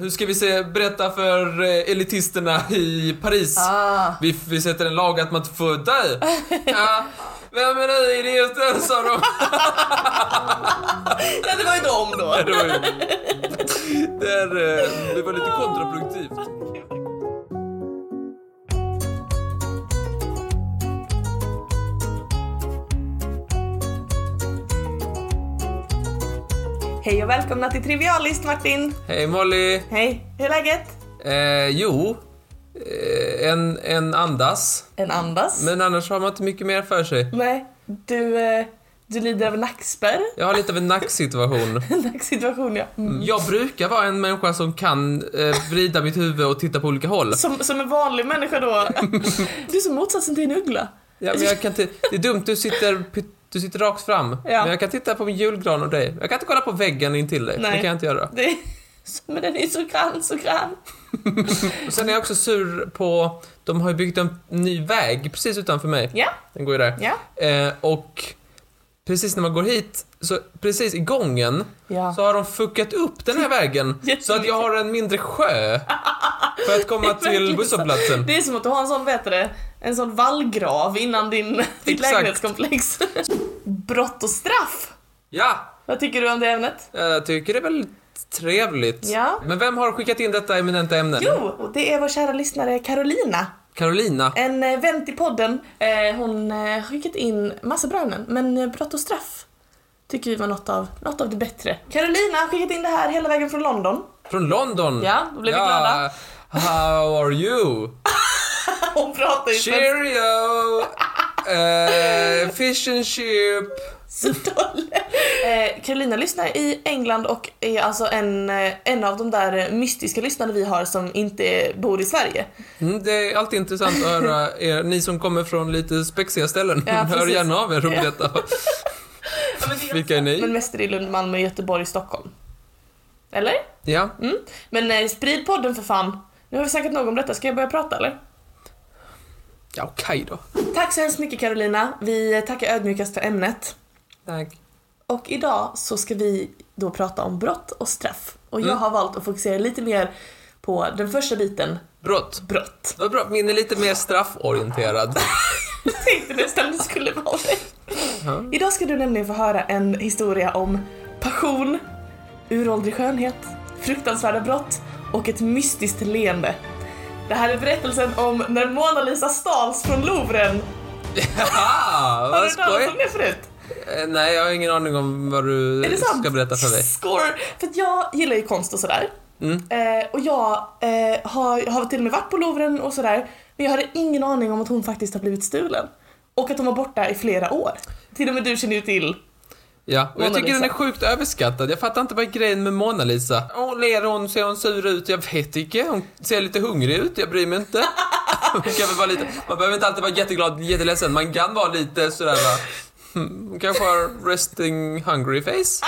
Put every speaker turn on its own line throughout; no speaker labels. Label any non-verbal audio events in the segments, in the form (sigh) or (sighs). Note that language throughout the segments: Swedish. Nu ska vi se, berätta för eh, elitisterna i Paris.
Ah.
Vi, vi sätter en lag att man inte får dö. Ja, vem är ni idioter? sa de.
Ja, det var ju dem då.
Det var ju... Det, är, eh, det var lite kontraproduktivt.
Hej och välkomna till Trivialist Martin.
Hej Molly.
Hej, hur är läget?
Eh, jo, eh, en, en andas.
En andas.
Men annars har man inte mycket mer för sig.
Nej, du, eh, du lider av nackspärr. (laughs)
Jag har lite av en nacksituation.
Nacksituation ja. Mm.
Jag brukar vara en människa som kan eh, vrida mitt huvud och titta på olika håll.
Som, som en vanlig människa (laughs) då. Du är som motsatsen till en uggla.
Ja, men jag kan ti- det är dumt, du sitter, pyt- du sitter rakt fram. Men jag kan titta på min julgran och dig. Jag kan inte kolla på väggen intill dig.
Nej.
Det kan jag inte göra.
Det är, (laughs) men den är så grann, så grann.
Och sen är jag också sur på, de har ju byggt en ny väg precis utanför mig.
Ja,
Den går ju där.
ja.
Eh, och precis när man går hit, så precis i gången,
Ja.
så har de fuckat upp den här
(laughs)
vägen. så att jag har en mindre sjö. För att
(laughs)
komma till
verkligen
busshållplatsen.
Det är som att du har en sån, vet du det, en sån vallgrav innan din, (laughs) ditt
Exakt.
lägenhetskomplex. (laughs) Brott och straff.
Ja!
Vad tycker du om det ämnet?
Jag tycker det är väldigt trevligt.
Ja.
Men vem har skickat in detta eminenta ämne?
Jo, och det är vår kära lyssnare Carolina.
Carolina.
En eh, vän till podden. Eh, hon eh, har skickat in massa bra ämnen, men eh, brott och straff tycker vi var något av, något av det bättre. Carolina har skickat in det här hela vägen från London.
Från London.
Ja, då blev vi glada.
How are
(laughs)
you?
(laughs) Hon pratar ju svenska
Cheerio! Eh, fish and chip.
så (laughs) dåligt. eh, Carolina lyssnar i England och är alltså en, eh, en av de där mystiska lyssnarna vi har som inte bor i Sverige.
Mm, det är alltid intressant att höra er, ni som kommer från lite spexiga ställen.
Ja,
Hör
precis.
gärna av er och
Ja.
berätta.
(laughs)
Vilka är
Men
ni?
mest är det i Lund, Malmö, Göteborg, Stockholm. Eller?
Ja.
Mm. Men eh, sprid podden för fan. Nu har vi snackat nog om detta, ska jag börja prata eller?
Ja, okej då.
Tack så hemskt mycket Carolina. Vi tackar ödmjukast för ämnet.
Tack.
Och idag så ska vi då prata om brott och straff. Och jag
Mm.
har valt att fokusera lite mer på den första biten,
Brott.
brott. (laughs)
Vad bra, min är lite mer strafforienterad.
Jag tänkte nästan det skulle vara det.
Ja.
Idag ska du nämligen få höra en historia om passion, uråldrig skönhet, fruktansvärda brott och ett mystiskt leende. Det här är berättelsen om när Mona Lisa stals från Louvren.
Haha,
Har
vad
du hört talas
skoj.
om det förut?
Eh, Nej, jag har ingen aning om vad du
Är det sant?
ska berätta för mig. Mm.
Score! För att jag gillar ju konst och sådär. Eh, och jag eh, har, har till och med varit på Louvren och sådär. Men jag hade ingen aning om att hon faktiskt har blivit stulen. Och att hon var borta i flera år. Till och med du känner ju till.
Ja, och jag
Mona
tycker den är
Lisa.
sjukt överskattad. Jag fattar inte vad är grejen med Mona Lisa. Hon ler hon, ser hon sur ut? Jag vet inte. Hon ser lite hungrig ut, jag bryr mig (laughs) inte. Hon kan väl vara lite, man behöver inte alltid vara jätteglad, jätteledsen. Man kan vara lite sådär va. hmm, Hon kanske har resting hungry face.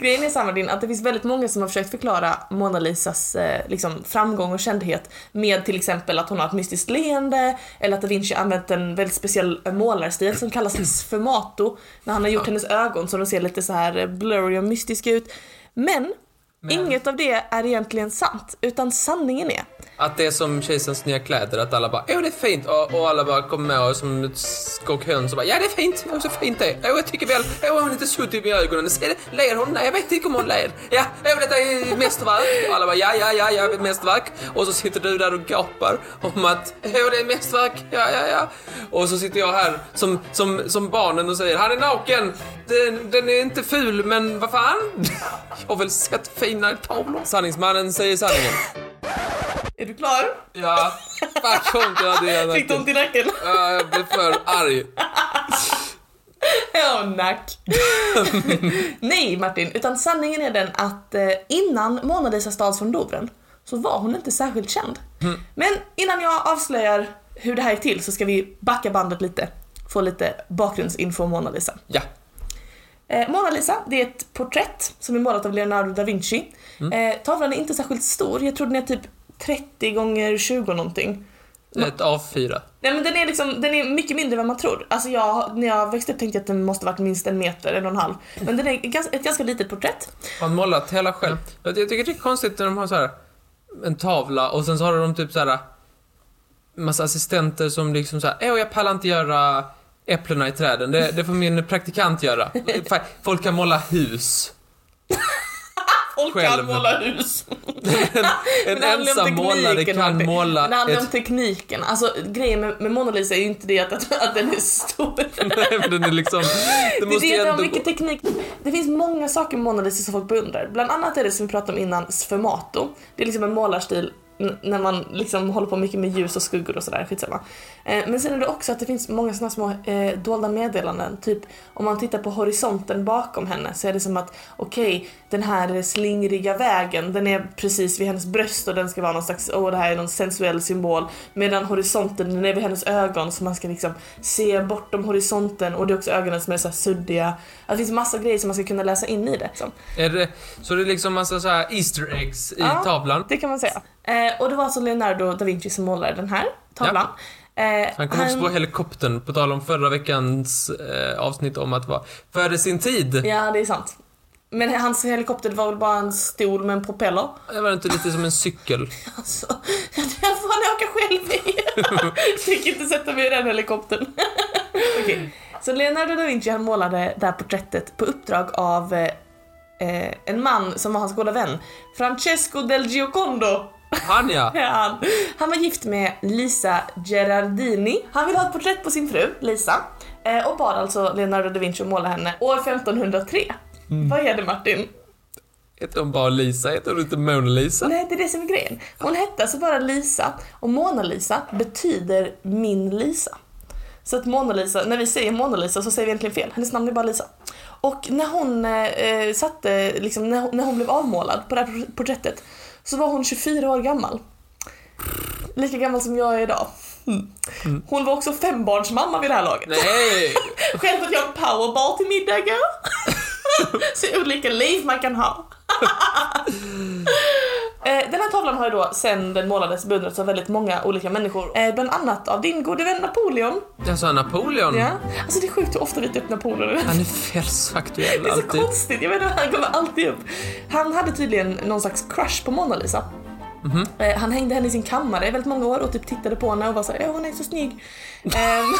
Grejen är samma din, att det finns väldigt många som har försökt förklara Mona Lisas eh, liksom, framgång och kändhet med till exempel att hon har ett mystiskt leende eller att da Vinci använt en väldigt speciell eh, målarstil som kallas sfumato när han har gjort hennes ögon så de ser lite så här eh, blurry och mystiska ut. Men, inget av det är egentligen sant utan sanningen är
Att det är som Kejsarens nya kläder, att alla bara åh det är fint och, och alla bara kommer med och som ett skock höns och bara ja det är fint, åh så fint det är. Åh jag tycker väl, åh hon är inte suttit i ögonen. Ser det, ler hon? Nej jag vet inte om hon ler. Ja, åh detta är mästerverk. Och alla bara ja, ja, ja, ja, mästerverk. Och så sitter du där och gapar om att åh det är mästerverk, ja, ja, ja. Och så sitter jag här som, som, som barnen och säger han är naken. Den, den är inte ful men vad fan. (laughs) Jag har väl sett finare tavlor. Sanningsmannen säger sanningen.
Är du klar?
Ja, fuck ont jag hade i hela
Fick du ont
nacken.
i nacken?
Ja, jag blev för arg.
Ja, nack. (laughs) Nej Martin, utan sanningen är den att eh, innan Mona Lisa stals från Louvren så var hon inte särskilt känd. Men innan jag avslöjar hur det här gick till så ska vi backa bandet lite. Få lite bakgrundsinfo om Mona Lisa.
Ja,
Eh, Mona Lisa, det är ett porträtt som är målat av Leonardo da Vinci. Eh, tavlan är inte särskilt stor, jag tror den är typ 30 gånger 20 någonting.
Ett A4.
Nej men den är liksom, den är mycket mindre än vad man tror. Alltså jag, när jag växte upp tänkte jag att den måste varit minst en meter, en och en halv. Men den är gans, ett ganska litet porträtt.
Han målat hela själv. Jag jag tycker det är konstigt när de har så här en tavla och sen så har de typ så här massa assistenter som liksom så här, "Åh, jag pallar inte göra äpplena i träden. Det, det får min praktikant göra. Fa- Folk kan måla hus.
Folk
Själv.
kan måla hus.
En,
Men
en
det handlar om
ensam
tekniken,
målare kan
Martin.
måla
Men det handlar om
ett... (laughs)
tekniken. Alltså grejen med, med Mona Lisa är ju inte det att, att, att den är stor.
Nej, men den är
(laughs)
liksom... Det
Det,
måste
det,
ju
det, har
ändå...
mycket teknik. det finns många saker med Mona Lisa som folk beundrar. Bland annat är det som vi pratade om innan, sfumato. Det är liksom en målarstil n- när man liksom håller på mycket med ljus och skuggor och sådär, skitsamma. Eh, men sen är det också att det finns många sådana små eh, dolda meddelanden. Typ om man tittar på horisonten bakom henne så är det som att okej, den här slingriga vägen den är precis vid hennes bröst och den ska vara någon slags, åh det här är någon sensuell symbol. Medan horisonten den är vid hennes ögon så man ska liksom se bortom horisonten och det är också ögonen som är så här suddiga. Alltså, det finns massa grejer som man ska kunna läsa in i det. Liksom.
Är det, så det är liksom massa så här Easter eggs i
Ja.
tavlan.
Det kan man säga. Eh, och det var alltså Leonardo da Vinci som målade den här tavlan. Eh,
Han kom också på helikoptern, på tal om förra veckans eh, avsnitt om att vara före sin tid.
Ja, det är sant. Men hans helikopter var väl bara en stol med en propeller.
Det var inte lite som en cykel.
Alltså, den får han åka själv i. Jag tänker inte sätta mig i den helikoptern. Okej. Så Leonardo da Vinci han målade det här porträttet på uppdrag av eh, eh, en man som var hans goda vän. Francesco del Giocondo.
Han ja!
är han. Han var gift med Lisa Gerardini. Han ville ha ett porträtt på sin fru, Lisa. eh, Och bad alltså Leonardo da Vinci att måla henne år 1503. Vad är det Martin?
Heter hon bara Lisa? Heter hon inte Mona Lisa?
Alltså, Nej, det är det som är grejen. Hon hette alltså bara Lisa och Mona Lisa betyder min Lisa. Så att Mona Lisa, när vi säger Mona Lisa så säger vi egentligen fel. Hennes namn är bara Lisa. Och när hon eh, satte, liksom, när, hon- när hon blev avmålad på det här porträttet så var hon 24 år gammal. Lika gammal som jag är idag. Hon var också fembarnsmamma vid det här laget.
Nej!
Själv att jag en powerball till middagar. Så olika liv man kan ha. Eh, Den här tavlan har ju då sen den målades beundrats av väldigt många olika människor. Eh, Bland annat av din gode vän Napoleon.
Alltså Napoleon,
Ja. Alltså det är sjukt hur ofta vi tar upp Napoleon.
han är färsaktuell
Det är så
alltid.
konstigt, jag menar han kommer alltid upp. Han hade tydligen någon slags crush på Mona Lisa.
Mhm.
Eh, Han hängde henne i sin kammare i väldigt många år och typ tittade på henne och var såhär, åh hon är så snygg.
(laughs)
Ehm,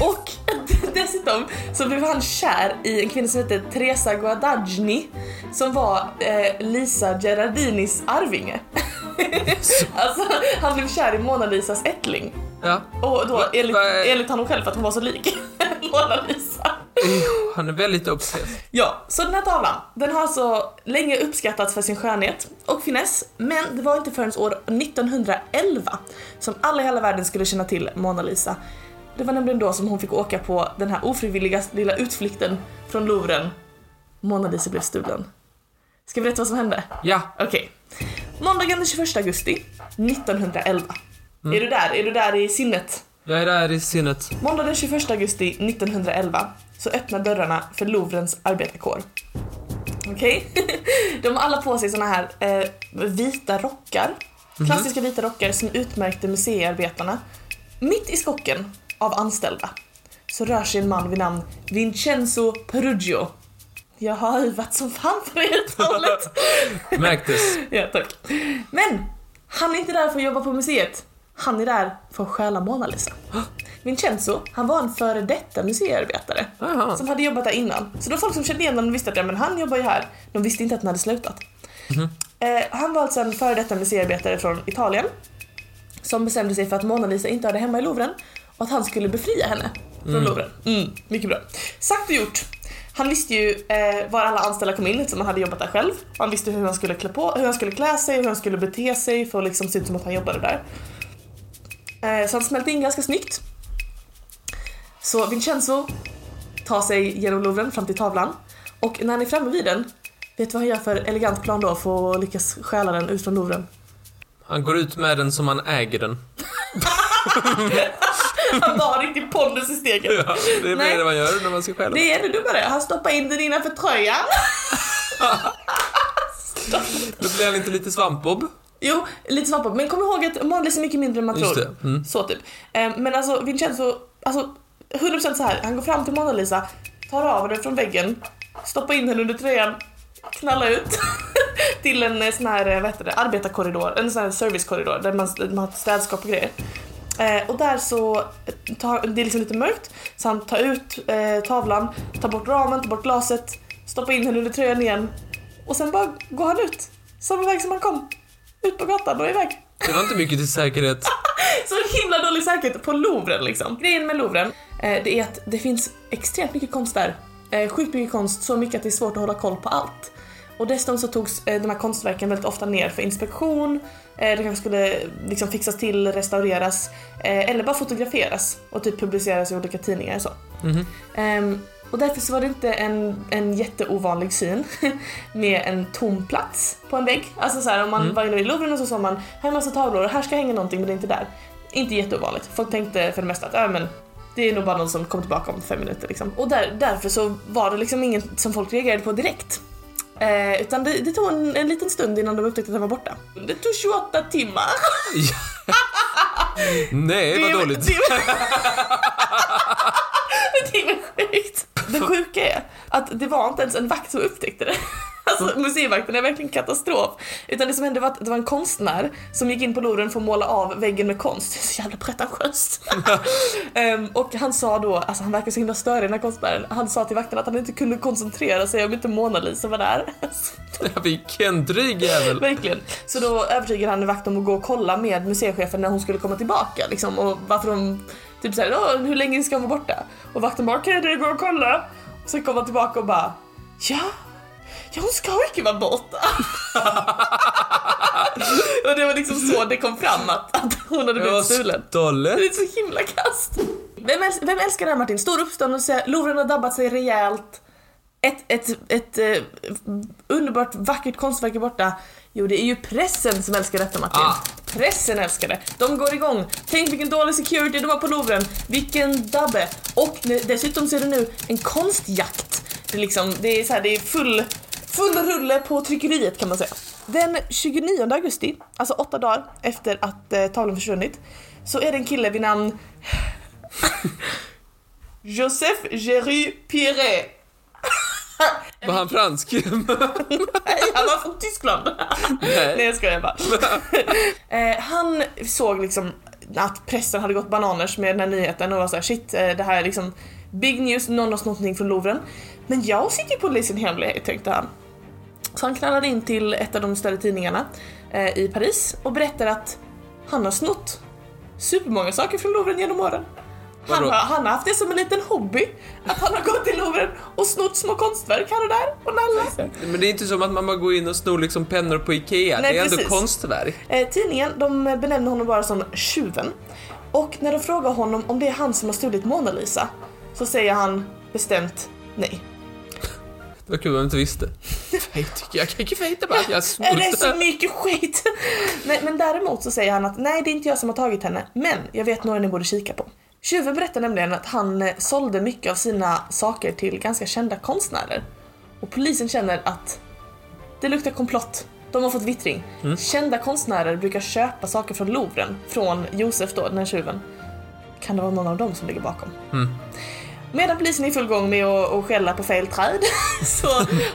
och (laughs) dessutom så blev han kär i en kvinna som hette Teresa Guadagni som var eh, Lisa Gerardinis
(laughs)
arvinge. alltså han blev kär i Mona Lisas ättling.
Ja.
Och då enligt,
va-
enligt honom själv för att hon var så lik (laughs) Mona Lisa.
Usch, Han är väldigt obsess.
Ja, så den här tavlan, den har alltså länge uppskattats för sin skönhet och finess, men det var inte förrän år 1911 som alla i hela världen skulle känna till Mona Lisa. Det var nämligen då som hon fick åka på den här ofrivilliga lilla utflykten från Louvren. Mona Lisa blev stulen. Ska vi berätta vad som hände?
Ja,
Okej. Måndagen den 21 augusti 1911. Är du där? Är du där i sinnet?
jag är där i sinnet.
Måndag den 21 augusti 1911 så öppnar dörrarna för Louvrens arbetarkår. Okej? (laughs) De har alla på sig såna här eh, vita rockar. Klassiska vita rockar som utmärkte museiarbetarna. Mitt i skocken av anställda så rör sig en man vid namn Vincenzo Perugio. Jag har huvat som fan på det uttalet.
Märktes.
ja, tack. Men han är inte där för att jobba på museet. Han är där för att stjäla Mona Lisa. Vincenzo, han var en före detta museiarbetare
Jaha.
som hade jobbat där innan. Så de folk som kände igen honom visste att ja, men han jobbar ju här. De visste inte att han hade slutat. Eh, han var alltså en före detta museiarbetare från Italien som bestämde sig för att Mona Lisa inte hade hemma i Louvren och att han skulle befria henne från Louvren. Mm, mycket bra. Sagt och gjort. Han visste ju eh, var alla anställda kom in eftersom han hade jobbat där själv. Han visste hur han skulle klä på, hur han skulle klä sig, hur han skulle bete sig för att liksom se ut som att han jobbade där. Eh, så han smälte in ganska snyggt. Så Vincenzo tar sig genom Louvren fram till tavlan och när han är framme vid den, vet du vad han gör för elegant plan då för att lyckas stjäla den ut från Louvren?
Han går ut med den som han äger den.
(laughs)
(laughs)
Han var riktigt pondus i steget.
Ja, det är
Nej.
det man gör när man ska stjäla.
Det är det dummare. Han stoppar in den innanför tröjan.
Då blir han inte lite svampbob.
Jo, lite svamp på. Men kom ihåg att Mona Lisa är mycket mindre än man
Just
tror.
det, mm.
Så typ. Eh, Men alltså Vincenzo, alltså 100% så här. han går fram till Mona Lisa, tar av den från väggen, stoppar in henne under tröjan, knallar ut (laughs) till en eh, sån här, eh, vad heter det, arbetarkorridor, en sån här servicekorridor där man, där man har städskap och grejer. Eh, och där så, eh, tar, det är liksom lite mörkt, så han tar ut eh, tavlan, tar bort ramen, tar bort glaset, stoppar in henne under tröjan igen och sen bara går han ut, samma väg som han kom. Ut på gatan och iväg.
Det var inte mycket till säkerhet.
Så himla dålig säkerhet på Louvren liksom. Grejen med Louvren, eh, det är att det finns extremt mycket konst där. Eh, sjukt mycket konst, så mycket att det är svårt att hålla koll på allt. Och dessutom så togs eh, de här konstverken väldigt ofta ner för inspektion. Eh, det kanske skulle liksom fixas till, restaureras eh, eller bara fotograferas och typ publiceras i olika tidningar och så.
Mhm.
Ehm, och därför så var det inte en, en jätteovanlig syn (laughs) med en tom plats på en vägg. Alltså så här, om man var inne i Louvren och så såg man här är massa tavlor och här ska hänga någonting men det är inte där. Inte jätteovanligt. Folk tänkte för det mesta att äh, men det är nog bara någon som kommer tillbaka om fem minuter liksom. Och där, därför så var det liksom inget som folk reagerade på direkt. Eh, utan det, det tog en, en liten stund innan de upptäckte att den var borta. Det tog 28 timmar.
Ja. Nej, vad
är-
dåligt.
Det är, (laughs) det är väl sjukt. Det sjuka är att det var inte ens en vakt som upptäckte det. (laughs) Alltså museivakten är verkligen katastrof. Utan det som hände var att det var en konstnär som gick in på Louvren för att måla av väggen med konst. Det är så jävla (laughs) pretentiöst. Ehm, och han sa då, alltså han verkar så himla störig den här konstnären. Han sa till vakten att han inte kunde koncentrera sig om inte Mona Lisa var där.
(laughs)
(laughs)
Vilken dryg jävel.
Verkligen. Så då övertygade han en vakt om att gå och kolla med museichefen när hon skulle komma tillbaka liksom, och varför de typ såhär, "Åh, hur länge ska hon vara borta? Och vakten bara, okej du går och kolla. Och sen kom han tillbaka och bara, ja, ja hon ska inte vara borta. (laughs) och det var liksom så det kom fram att, att hon hade
Det var
blivit stulen.
stolet.
Det är så himla kast. Vem, äls- vem älskar det här Martin? Stor uppståndelse, Louvren har dabbat sig rejält. Ett, ett, ett eh, underbart vackert konstverk är borta. Jo, det är ju pressen som älskar detta Martin.
Ah.
Pressen älskar det. De går igång. Tänk vilken dålig security det var på Louvren. Vilken dabbe. Och nu, dessutom ser du nu en konstjakt. Det är, liksom, det är, så här, det är full, full rulle på tryckeriet kan man säga. Den 29 augusti, alltså åtta dagar efter att eh, tavlan försvunnit, så är det en kille vid namn Joseph Jerry Pierret.
Var han fransk?
Nej, (laughs) han var från Tyskland. Nej
Nej.
jag skojar bara. eh, han såg liksom att pressen hade gått bananers med den här nyheten och var såhär shit eh, det här är liksom big news, någon har snott någonting från Louvren. Men jag sitter ju på polisen hemlighet tänkte han. Så han knallade in till ett av de större tidningarna eh, i Paris och berättar att han har snott supermånga saker från Louvren genom åren. Han har,
Vadå?
han har haft det som en liten hobby, att han har gått till Louvren och snott små konstverk här och där och nallat.
Men det är inte som att man bara går in och snor liksom pennor på Ikea.
Nej,
det är ändå
precis.
konstverk.
Eh, tidningen de benämner honom bara som tjuven. Och när de frågar honom om det är han som har stulit Mona Lisa så säger han bestämt nej.
Det var kul om jag inte visste. Nej, tycker jag. Jag kan inte fejta bara att jag har snott
Äh, Det är så
det.
mycket skit! Nej, men däremot så säger han att nej, det är inte jag som har tagit henne, men jag vet några ni borde kika på. Tjuven berättar nämligen att han eh, sålde mycket av sina saker till ganska kända konstnärer. Och polisen känner att det luktar komplott. De har fått vittring. Kända konstnärer brukar köpa saker från Louvren, från Josef då, den här tjuven. Kan det vara någon av dem som ligger bakom? Medan polisen är i full gång med att att skälla på fel träd (laughs) så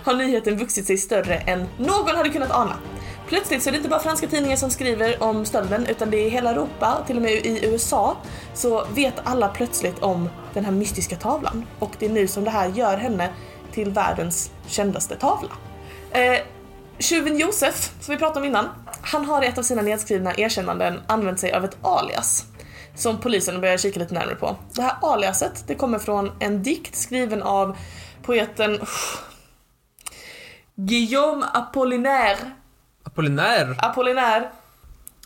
har nyheten vuxit sig större än någon hade kunnat ana. Plötsligt så är det inte bara franska tidningar som skriver om stölden utan det är hela Europa, till och med i USA, så vet alla plötsligt om den här mystiska tavlan. Och det är nu som det här gör henne till världens kändaste tavla. Eh, tjuven Josef, som vi pratade om innan, han har i ett av sina nedskrivna erkännanden använt sig av ett alias som polisen börjar kika lite närmare på. Det här aliaset det kommer från en dikt skriven av poeten (sighs) Guillaume Apollinaire.
Apollinaire.
Apollinaire.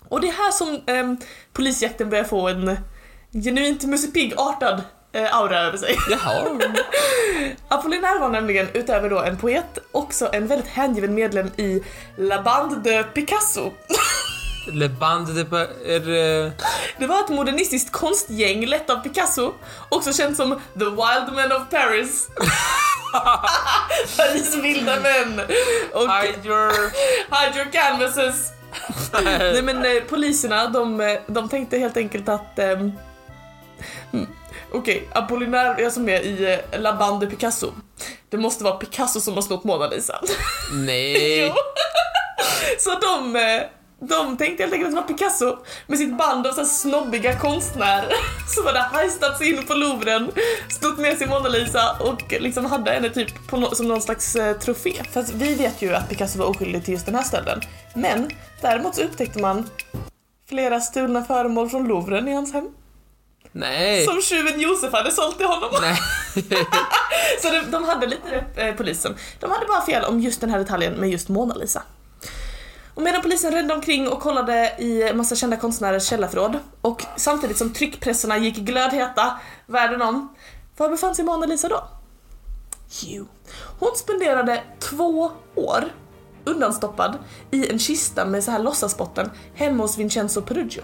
Och det är här som ehm, polisjakten börjar få en genuint Musse Pigg-artad eh, aura över sig. (laughs)
Jaha.
Apollinaire var nämligen utöver då en poet också en väldigt hängiven medlem i La Bande de Picasso. (laughs)
Le band de... pa- Är det...
Det var ett modernistiskt konstgäng lett av Picasso, också känt som The Wild Men of Paris. Paris vilda män! Och
Hide your...
Hide your canvases! Nej men eh, poliserna, de, eh, de tänkte helt enkelt att... ehm, mm, Okej, Apollinaire är som är i eh, La Bande Picasso. Det måste vara Picasso som har snott Mona Lisa.
Nej.
Jo. (laughs) Så de, eh, de tänkte helt enkelt att det var Picasso med sitt band av så här snobbiga konstnärer (laughs) som hade hajstat sig in på Louvren, stått med sin Mona Lisa och liksom hade henne typ på nå- som någon slags eh, trofé. För att vi vet ju att Picasso var oskyldig till just den här stölden. Men däremot så upptäckte man flera stulna föremål från Louvren i hans hem
Nej.
som tjuven Josef hade sålt till honom.
Eh. Nej.
Så de, de hade lite rätt, eh, polisen. De hade bara fel om just den här detaljen med just Mona Lisa. Och medan polisen rände omkring och kollade i massa kända konstnärers källarförråd och samtidigt som tryckpressarna gick glödheta världen om, var befann sig Mona Lisa då? Jo. Hon spenderade två år undanstoppad i en kista med så här låtsasbotten hemma hos Vincenzo Perugio.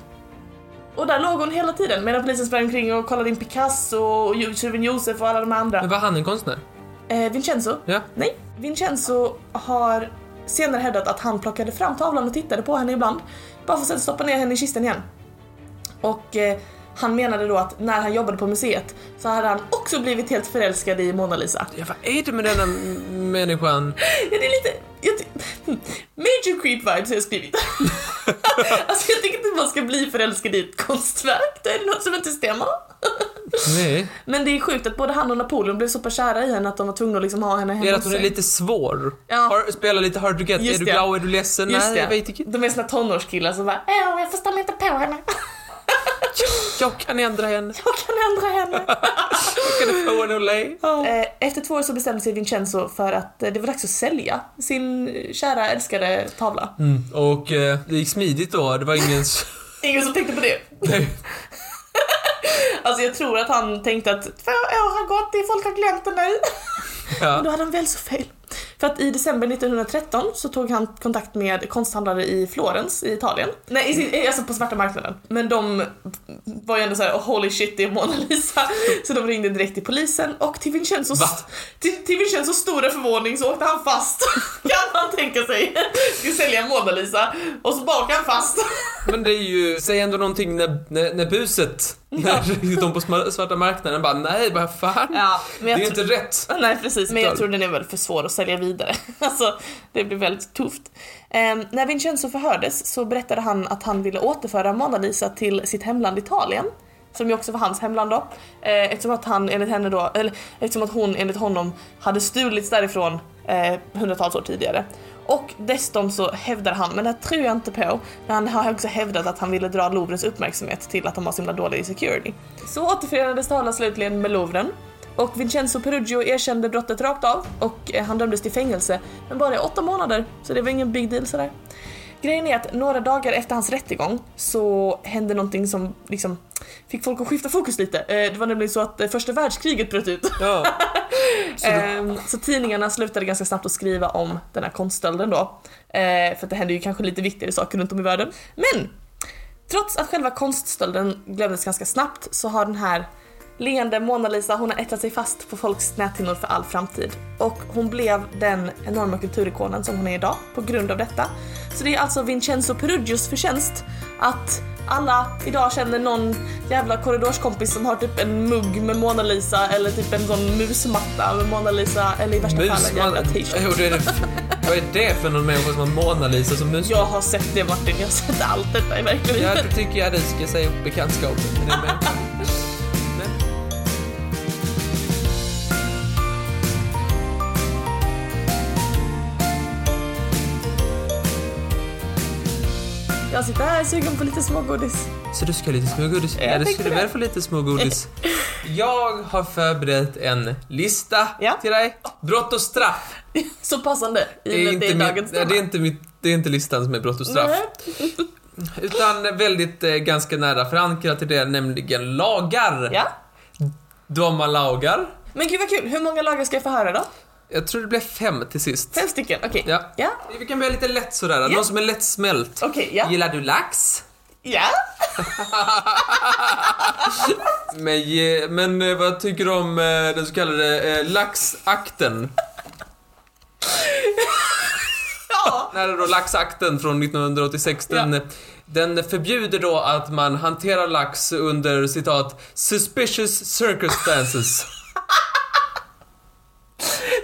Och där låg hon hela tiden medan polisen sprang omkring och kollade in Picasso och tjuven Josef och alla de andra.
Men var han en konstnär?
Eh, Vincenzo?
Ja.
Nej. Vincenzo har senare hävdat att han plockade fram tavlan och tittade på henne ibland. Bara för att sen stoppa ner henne i kisten igen. Och eh, han menade då att när han jobbade på museet så hade han också blivit helt förälskad i Mona Lisa.
Ja, vad är det med denna m- människan?
Ja, det är lite... Jag, ty- (laughs) hmm, major creep vibes har jag skrivit. (laughs) alltså jag tycker inte man ska bli förälskad i ett konstverk. Det är något som inte stämmer.
Nej.
Men det är sjukt att både han och Napoleon blev så pass kära i henne att de var tvungna att liksom ha henne hemma
Det är att
hos
hon är
sig.
lite svår.
Ja.
Har, spelar lite hard to get.
Just
är du
det.
glad? Är du ledsen?
Just
Nej,
det. typ-
jag vet inte.
De är såna tonårskillar som bara Åh, jag förstår mig inte på henne. (laughs)
Jag kan ändra henne.
Jag kan ändra henne.
Jag kan få henne att le.
(laughs) Eh, Efter två år så bestämde sig Vincenzo för att eh, det var dags att sälja sin eh, kära älskade tavla.
Mm. Och eh, det gick smidigt då. Det var ingen... s-
Ingen som tänkte på det.
Nej.
(laughs) Alltså jag tror att han tänkte att två år har gått, det är folk har glömt det nu. (laughs) Men då
ja.
hade han väl så fel. För att i december 1913 så tog han kontakt med konsthandlare i Florens i Italien. Nej, i sin, alltså på svarta marknaden. Men de var ju ändå såhär oh, holy shit det är Mona (laughs) Lisa. Så de ringde direkt till polisen och till Vincenzos,
Va?
till, till Vincenzos stora förvåning så åkte han (laughs) fast. kan man tänka sig. Ska sälja Mona Lisa och så bara åker han fast.
Men det är ju, säg ändå någonting när, när, när buset, när (laughs) de på sma- svarta marknaden bara nej, vad fan.
Ja,
det
men
är
jag
ju
tror-
inte rätt.
(laughs) Nej precis, men jag tror den är väl för svår att sälja vidare. (laughs) Alltså, det blir väldigt tufft. Ehm, när Vincenzo förhördes så berättade han att han ville återföra Mona Lisa till sitt hemland Italien. Som ju också var hans hemland då. Eh, eftersom att han enligt henne då, eller eftersom att hon enligt honom hade stulits därifrån eh, hundratals år tidigare. Och dessutom så hävdar han, men det här tror jag inte på, men han har också hävdat att han ville dra Louvrens uppmärksamhet till att de har så himla dålig security. Så återförenades Tala slutligen med Louvren. Och Vincenzo Perugio erkände brottet rakt av och eh, han dömdes till fängelse, men bara i åtta månader, så det var ingen big deal sådär. Grejen är att några dagar efter hans rättegång så hände någonting som liksom fick folk att skifta fokus lite. Eh, Det var nämligen så att eh, första världskriget bröt ut.
Ja.
Ehm, Så tidningarna slutade ganska snabbt att skriva om den här konststölden då. Eh, För att det hände ju kanske lite viktigare saker runt om i världen. Men! Trots att själva konststölden glömdes ganska snabbt så har den här leende Mona Lisa, hon har etsat sig fast på folks näthinnor för all framtid. Och hon blev den enorma kulturikonen som hon är idag på grund av detta. Så det är alltså Vincenzo Perugios förtjänst att alla idag känner någon jävla korridorskompis som har typ en mugg med Mona Lisa eller typ en sån musmatta med Mona Lisa eller i värsta fall en jävla
Musmannen.
t-shirt.
Jo, det är det. Vad är det för någon människa som har Mona Lisa som musman?
Jag har sett det Martin, jag har sett allt detta i verkligheten.
Jag tycker jag du ska säga upp bekantskapen med den människan. Men-
Jag sitter här sugen på lite smågodis.
Så du ska ha lite smågodis?
Jag
Ja, du
tänkte
skulle
det.
väl få lite smågodis.
(laughs)
Jag har förberett en lista
Ja.
till dig. Brott och straff.
Så passande i och med att det är dagens
mitt, nej,
tema.
det, är inte mitt, det är inte listan som är brott och straff.
Nej.
Utan väldigt eh, ganska nära förankrat till det, nämligen lagar.
Ja.
Doma lagar.
Men gud vad kul, hur många lagar ska jag få höra då?
Jag tror det blev fem till sist.
Fem stycken, okej.
Ja.
Ja,
Vi kan börja lite lätt sådär, någon som är lättsmält.
okej, ja.
Gillar du lax?
Ja.
Men, ge- men eh, vad tycker du om eh, den så kallade eh, laxakten?
ja. Ja.
När då laxakten från 1986, den, den förbjuder då att man hanterar lax under citat “suspicious
(laughs)
circumstances”.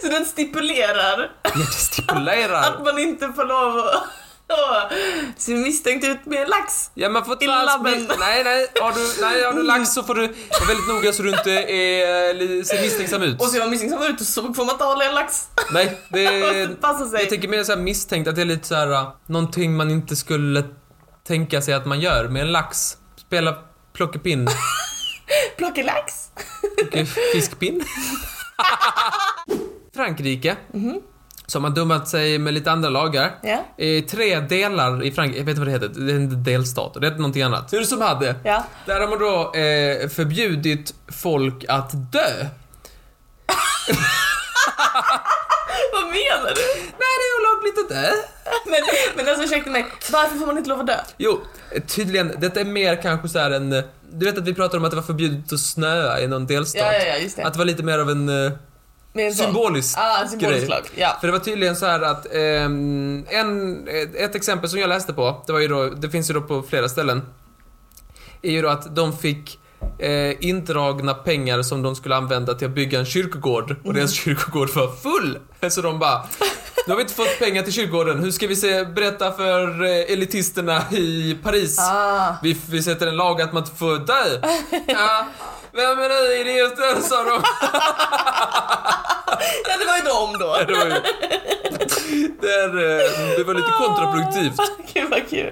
Så den stipulerar
Ja, det stipulerar.
att man inte får lov att se misstänkt ut med en lax.
Ja, man får inte
I
alls
labben.
bli- Nej, nej. Har du, nej, har du lax så får du vara väldigt noga så du inte är, eh, li- ser misstänksam ut.
Och ser man misstänksam ut så får man inte hålla i en lax.
Nej,
(laughs)
det
Man måste passa sig.
Eh, Jag tänker mer så här misstänkt att det är lite så här uh, någonting man inte skulle tänka sig att man gör med en lax. Spela plockepinn.
Plocka lax.
Okej, Eh,
(laughs)
Fiskpinn. Frankrike, som har dummat sig med lite andra lagar.
Mhm. Ja.
Eh, tre delar i Frankrike, jag vet inte vad det heter, det är inte delstat, det heter någonting annat. Hur som hade.
Ja.
Där har man då eh, förbjudit folk att dö.
Vad menar du?
Nej, det är olagligt att dö.
Men, men alltså ursäkta mig, varför får man inte lov att dö?
Jo, eh, tydligen, detta är mer kanske så här en... eh, Du vet att vi pratade om att det var förbjudet att snöa i någon delstat?
Ja, ja, ja, just det.
Att det var lite mer av en eh,
Med en sån-
symbolisk
Ja, en symbolisk
grej.
lag. Ja.
För det var tydligen så här att ehm, en, ett exempel som jag läste på, det var ju då, det finns ju då på flera ställen, är ju då att de fick eh, indragna pengar som de skulle använda till att bygga en kyrkogård och deras kyrkogård var full. Så de bara, nu har vi inte fått pengar till kyrkogården, hur ska vi se, berätta för eh, elitisterna i Paris?
Ah.
Vi, vi sätter en lag att man inte får dö. ja, vem är ni idioter, sa de.
ja, det var ju dem då.
Det var ju... Det, är, eh, det var lite kontraproduktivt.
Ah, Gud vad kul.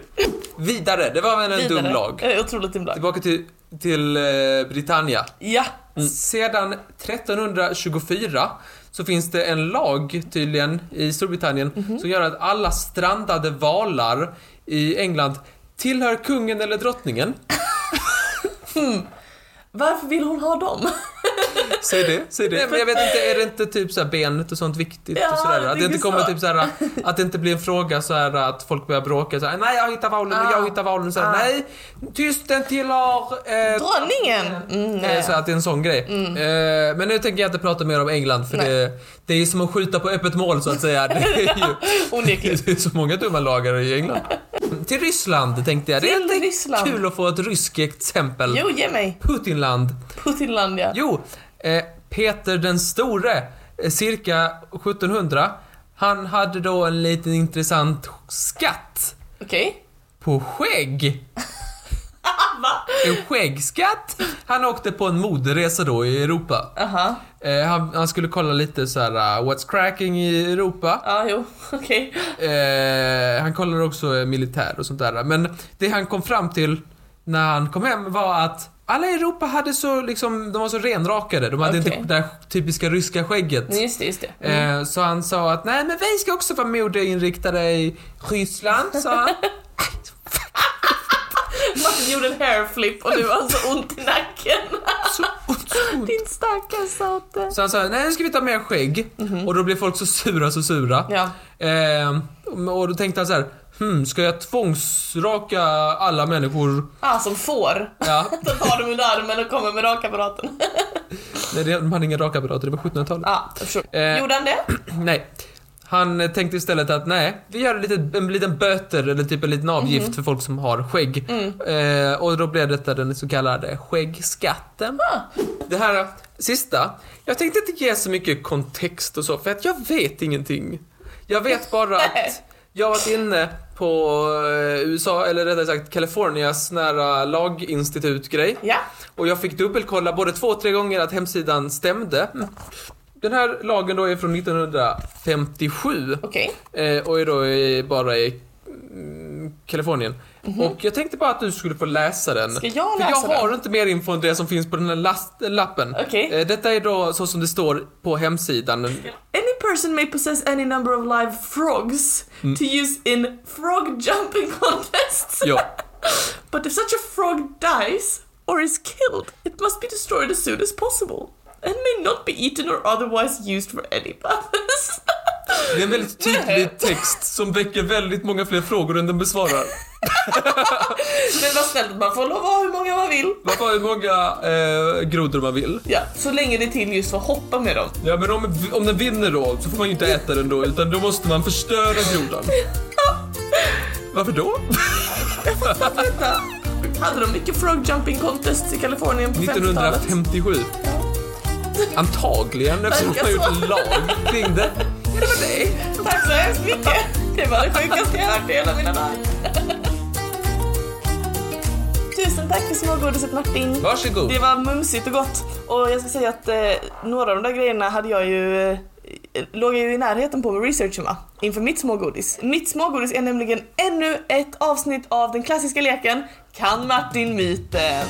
Vidare, det var väl en
Vidare.
dum lag.
Eh, Otroligt dum lag.
Tillbaka till, till eh, Britannia.
Ja.
Sedan 1324 så finns det en lag tydligen i Storbritannien som gör att alla strandade valar i England tillhör kungen eller drottningen.
Varför vill hon ha
(laughs)
dem?
Säg det, säg det. Nej, men jag vet inte, är det inte typ så här benet och sånt viktigt
Ja,
och sådär?
jag
Att det inte
tycker
kommer
så.
typ så här, att det inte blir en fråga så här att folk börjar bråka så här, nej jag hittar valen och
Ah.
jag hittar valen och så här,
Ah.
nej, tyst den tillhör... Eh,
Drottningen! Mm,
eh,
nej.
så att det är en sån grej. Eh, men nu tänker jag inte prata mer om England för
Mm. Nej.
det, det är ju som att skjuta på öppet mål så att säga. Det
(laughs)
är ju
Onekligen.
(laughs) det är så många dumma lagar i England. Till Ryssland tänkte jag. Det är
Till
lite
Ryssland.
kul att få ett ryskt exempel.
Jo, ge mig.
Putinland.
Putinland ja.
Jo, eh, Peter den store, eh, cirka 1700, han hade då en liten intressant skatt
Okej.
på skägg.
Va?
En skäggskatt. Han åkte på en moderesa då i Europa.
Aha.
Eh, han, han skulle kolla lite så här: uh, what's cracking i Europa.
Ja, jo. (laughs) Okej.
Eh, han kollade också eh, militär och sånt där. Men det han kom fram till när han kom hem var att alla i Europa hade så liksom, de var så renrakade. De hade
Okej.
inte det där typiska ryska skägget.
Nej, Just det, just det. Mm.
Eh, Så han sa att nej men vi ska också vara modeinriktade i Ryssland, sa han.
(laughs) Martin gjorde en hairflip och du har så ont i nacken.
(laughs) Så otroligt.
Din stackars sate.
Så han sa nej nu ska vi ta med skägg. Och då blev folk så sura, så sura.
Mhm. Ja.
Eh, och då tänkte han så här, hmm, ska jag tvångsraka alla människor?
Ah, som får.
Ja,
De tar dem under armen och kommer med rakapparaten.
nej, det- de hade inga rakapparater, det var 1700-talet.
Ja, jag förstår.
Eh.
Gjorde han det?
(clears throat) Nej. Han eh, tänkte istället att nej, vi gör lite, en liten böter eller typ en liten avgift för folk som har skägg. Eh, och då blev detta den så kallade skäggskatten. Det här sista, jag tänkte inte ge så mycket kontext och så för att jag vet ingenting. Jag vet bara
Nej.
att jag har varit inne på eh, USA, eller rättare sagt Kalifornias nära laginstitut-grej.
Ja.
Och jag fick dubbelkolla både två, tre gånger att hemsidan stämde. Den här lagen då är från 1957
Okej.
eh, och är då i, bara i mm, Kalifornien. Och jag tänkte bara att du skulle få läsa den.
Mhm. Ska jag
För
läsa
jag har
den?
inte mer info än det som finns på den här last, lappen.
Okej.
Eh, detta är då så som det står på
(laughs)
hemsidan.
Any person may possess any number of live frogs to use in frog jumping (laughs) contests.
Ja.
But if such a frog dies or is killed, it must be destroyed as soon as possible and may not be eaten or otherwise used for any purpose.
Det är en väldigt
(laughs)
tydlig text som väcker väldigt många fler frågor än den besvarar.
Men vad snällt att man får lov att ha hur många man vill.
Man får ha hur många eh, grodor man vill.
Ja, så länge det är till just för att hoppa med dem.
Ja men om, om den vinner då så får man ju inte äta den då utan då måste man förstöra grodan. Varför då?
Vänta. Hade de mycket frog jumping contests i Kalifornien på 50-talet?
1957. Antagligen eftersom man har gjort en lag kring det.
Tack så hemskt mycket. Det var det sjukaste jag hört i hela mina dagar. Tusen tack för smågodiset Martin.
Varsågod.
Det var mumsigt och gott. Och jag ska säga att eh, några av de där grejerna hade jag ju eh, låg jag ju i närheten på med researchen va? Inför mitt smågodis. Mitt smågodis är nämligen ännu ett avsnitt av den klassiska leken Kan Martin myten?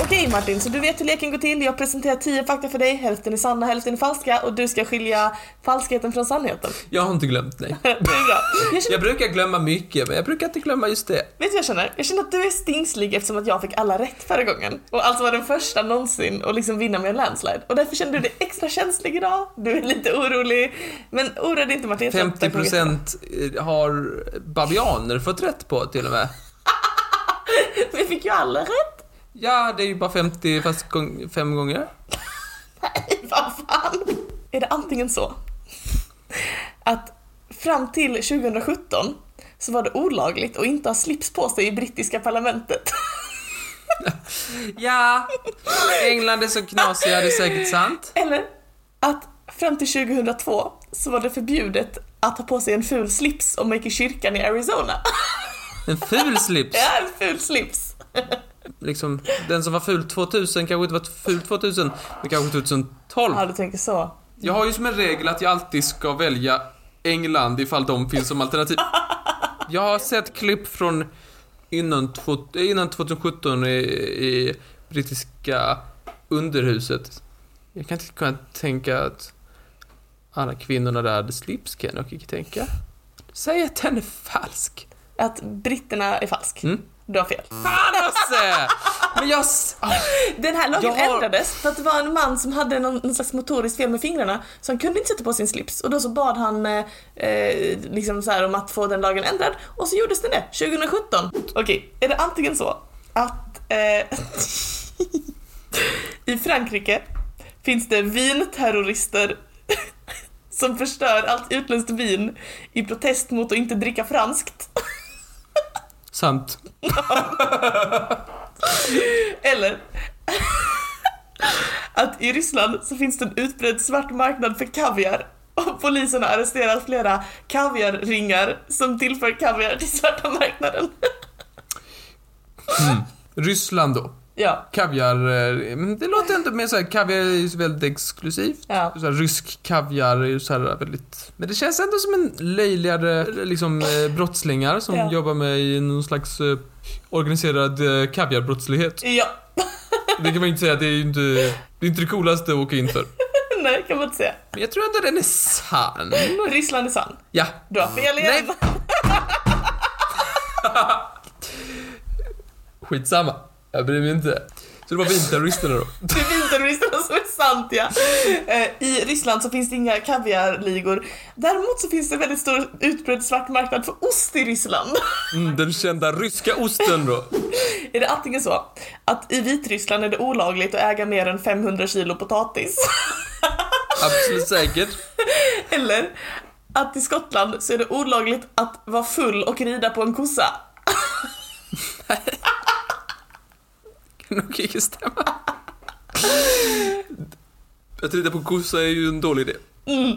Okej Martin, så du vet hur leken går till. Jag presenterar 10 fakta för dig. Hälften är sanna, hälften är falska och du ska skilja falskheten från sannheten. (laughs)
Jag har inte glömt nej.
Det är bra. Jag känner,
Jag brukar glömma mycket men jag brukar inte glömma just det.
Vet du vad jag känner? Jag känner att du är stingslig eftersom att jag fick alla rätt förra gången och alltså var den första någonsin att liksom vinna med en landslide. Och därför känner du dig extra känslig idag. Du är lite orolig. Men oroa dig inte Martin. jag tror att det kommer att gå
50% eh, har babianer fått rätt på till och med.
jättebra. (laughs) Vi fick ju alla rätt.
Ja, det är ju bara 50 fast gång, fem gånger.
Nej, vad fan. Är det antingen så att fram till 2017 så var det olagligt att inte ha slips på sig i brittiska parlamentet.
Ja, England är så knasiga, det är säkert sant.
Eller att fram till 2002 så var det förbjudet att ha på sig en ful slips om man gick i kyrkan i Arizona. (laughs)
En ful slips.
Ja, en ful slips.
Liksom, den som var ful 2000 kanske inte var ful 2000, men kanske 2012.
Ja, du tänker så.
Jag har ju som en regel att jag alltid ska välja England ifall de finns som alternativ. Jag har sett klipp från innan, två- innan 2017 i, i brittiska underhuset. Jag kan inte kunna tänka att alla kvinnorna där hade slips kan jag nog inte tänka. Säg att den är falsk.
Att britterna är falsk.
Mm.
Du har fel.
Fan Hasse! Men jag... s- Ah,
Den här lagen
Jag har-
ändrades för att det var en man som hade någon, någon slags motoriskt fel med fingrarna så han kunde inte sätta på sin slips och då så bad han eh, eh, liksom så här om att få den lagen ändrad och så gjordes den det 2017. Okej, är det antingen så att eh, (laughs) i Frankrike finns det vinterrorister (laughs) som förstör allt utländskt vin i protest mot att inte dricka franskt.
Sant.
Eller att i Ryssland så finns det en utbredd svart marknad för kaviar och polisen har arresterat flera kaviarringar som tillför kaviar till svarta marknaden.
Ryssland då.
Ja,
Kaviar, eh, men det låter ändå mer såhär, kaviar är ju så väldigt exklusivt.
ja.
Så här, rysk kaviar är ju så här väldigt... Men det känns ändå som en löjligare liksom, eh, brottslingar som
Ja.
jobbar med i någon slags eh, organiserad eh, kaviarbrottslighet.
Ja,
Det kan man ju inte säga, det är ju inte det, är inte det coolaste att åka in för.
nej kan man inte säga.
Men jag tror ändå den är sann.
Ryssland är sann.
Ja.
Du har fel igen.
Nej. Skitsamma. Jag bryr mig inte. Så det var vinterroristerna då.
(laughs) Det är vinterturisterna som är sant ja. Eh, I Ryssland så finns det inga kaviarligor. Däremot så finns det väldigt stor utbredd svart marknad för ost i Ryssland.
Mm, den kända ryska osten då.
Är det antingen så att i Vitryssland är det olagligt att äga mer än 500 kilo potatis. (laughs)
Absolut säkert.
Eller att i Skottland så är det olagligt att vara full och rida på en kossa. (laughs)
kan nog inte stämma. (laughs) Att rida på kossa är ju en dålig idé.
Mm.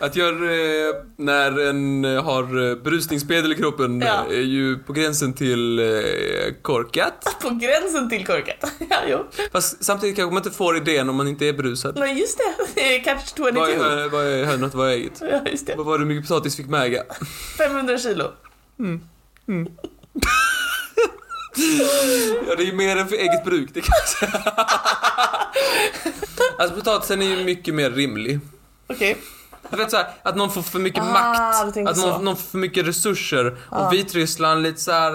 Att göra eh, när en eh, har eh, berusningsmedel i kroppen
Ja.
eh, är ju på gränsen till eh, korkat.
På gränsen till korkat. (laughs) Ja, jo.
Fast samtidigt kanske man inte får idén om man inte är berusad.
Nej, just det. Mm, Det är Catch
Vad
22.
är, vad är hönat, vad är ägget?
Ja, just det.
Vad var det hur mycket potatis fick man äga?
500 kilo.
Ja, det är ju mer än för eget bruk, det kan jag säga.
(laughs)
Alltså potatisen är ju mycket mer rimlig.
Okej.
Du vet såhär, att någon får för mycket
Ah, du
makt,
tänker
att
så. Ah.
någon, någon får för mycket resurser. Och Vitryssland lite såhär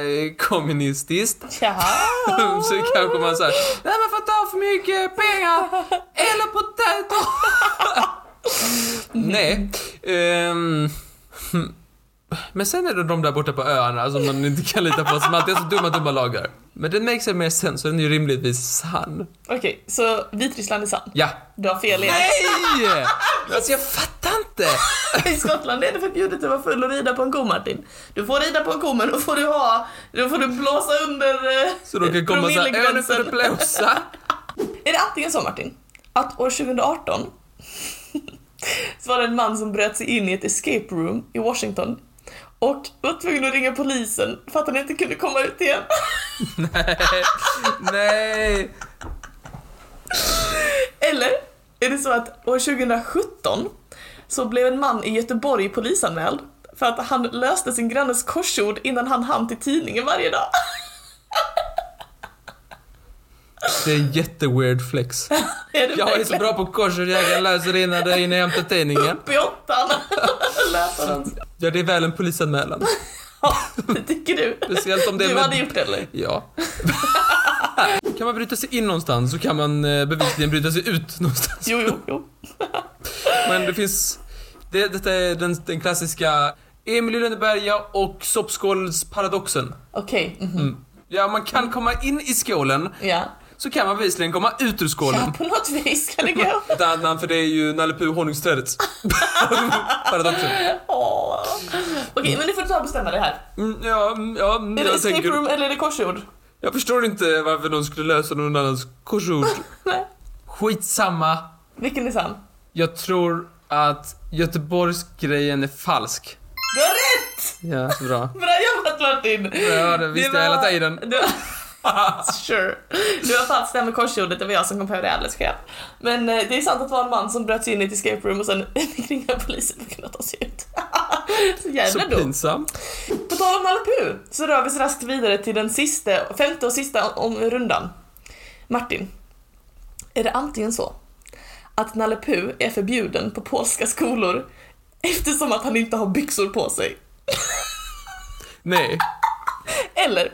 eh, kommunistiskt. (laughs)
Jaha.
så kanske man såhär, nej man får ta för mycket pengar, eller potatis. (laughs) nej. ehm, men sen är det de där borta på öarna som man inte kan lita på, som alltid har så dumma, dumma lagar. Men den makes it mer sen, så den är ju rimligtvis sann.
Okej, så Vitryssland är sant.
Ja.
Du har fel igen.
Nej! Alltså jag fattar inte.
(laughs) I Skottland är det förbjudet att vara full och rida på en ko Martin. Du får rida på en ko men då får du ha, då får du blåsa under eh,
Så de kan komma såhär, ja nu får du
promillegränsen. (laughs)
blåsa.
Är det antingen så Martin, att år 2018 (laughs) så var det en man som bröt sig in i ett escape room i Washington och var tvungen att ringa polisen för att han inte kunde komma ut igen. (laughs)
Nej.
Eller är det så att år 2017 så blev en man i Göteborg polisanmäld för att han löste sin grannes korsord innan han hann till tidningen varje dag. (laughs)
Det är en jätteweird flex.
Är det
Jag är så
verkligen?
bra på korsord, jag kan lösa det innan du hinner hämta tidningen.
Upp i (laughs) åttan!
(laughs)
Läsa något.
Ja, det är väl en polisanmälan.
Ja, det tycker du.
Speciellt om det
Du
är
hade
med...
gjort
(laughs)
det eller?
Ja. Kan man bryta sig in någonstans så kan man eh, bevisligen bryta sig ut någonstans.
Jo, jo, jo.
Men det finns... Det, detta är den, den klassiska Emil i Lönneberga och soppskålsparadoxen.
Okej, mhm.
Ja, man kan komma in i skålen,
ja.
så kan man bevisligen komma ut ur skålen.
Ja, på något vis kan
(laughs)
det gå.
Ett annat namn för det är ju Nalle Puh honungsträdet. (laughs) Paradoxen.
Åh. Okej, men nu får du ta och bestämma det här.
Mm, ja, mm, ja, mm,
Är det
jag
escape room
tänker...
eller är det korsord? (laughs)
Jag förstår inte varför någon skulle lösa någon annans korsord.
Nej.
Skitsamma.
Vilken är sann?
Jag tror att Göteborgsgrejen är falsk.
Du har rätt!
Ja, så bra.
Bra jobbat Martin!
Ja, det visste
var-
jag hela tiden.
Du... (laughs) Sure. Du har falskt det här med korsordet, det var jag som kom på det alldeles själv. Men eh, det är sant att det var en man som bröt sig in i ett escape room och sen (laughs) fick ringa polisen för att kunna ta sig ut. (laughs) Så
Så
jävla dumt.
pinsamt.
På tal om Nalle Puh, så rör vi oss raskt vidare till den sista, femte och sista om rundan. Martin, är det antingen så att Nalle Puh är förbjuden på polska skolor eftersom att han inte har byxor på sig?
Nej.
Eller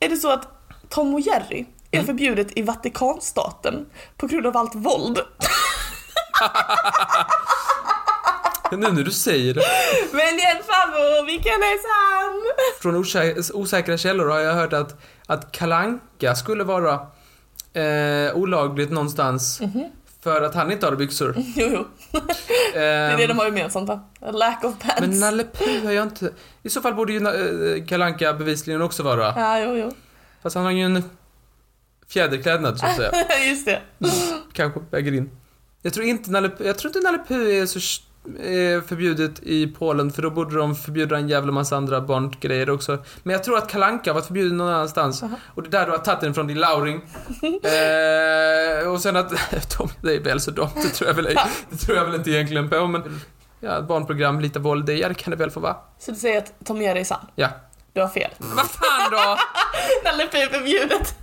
är det så att Tom och Jerry är förbjudet i Vatikanstaten på grund av allt våld?
Nu när du säger det.
(laughs) Men hjälp farbror, vilken är sann?
Från osä- osäkra källor har jag hört att, att Kalanka skulle vara eh, olagligt någonstans för att han inte har byxor.
Jo, jo, Mhm. det är det de har gemensamt va? A Lack of pants.
Men Nalle Puh har jag inte... I så fall borde ju eh, Kalanka bevisligen också vara.
Ja, jo, (laughs) jo.
Fast han har ju en fjäderklädnad så att
(laughs)
säga.
Just det.
Kanske väger in. Jag tror inte Nalle, jag tror inte Nalle Puh är så är förbjudet i Polen för då borde de förbjuda en jävla massa andra barngrejer också. Men jag tror att Kalanka var förbjuden någon annanstans och det är där du har tagit den från din lauring. eh, och sen att (laughs) de, det är väl så dumt, det tror jag väl, det tror jag väl inte egentligen på men ja, ett barnprogram, lite våld, det, ja, det kan det väl få vara.
Så du säger att Tom och Jerry är sann?
Ja.
Du har fel.
Vad fan då?
(laughs) Nalle Puh är förbjudet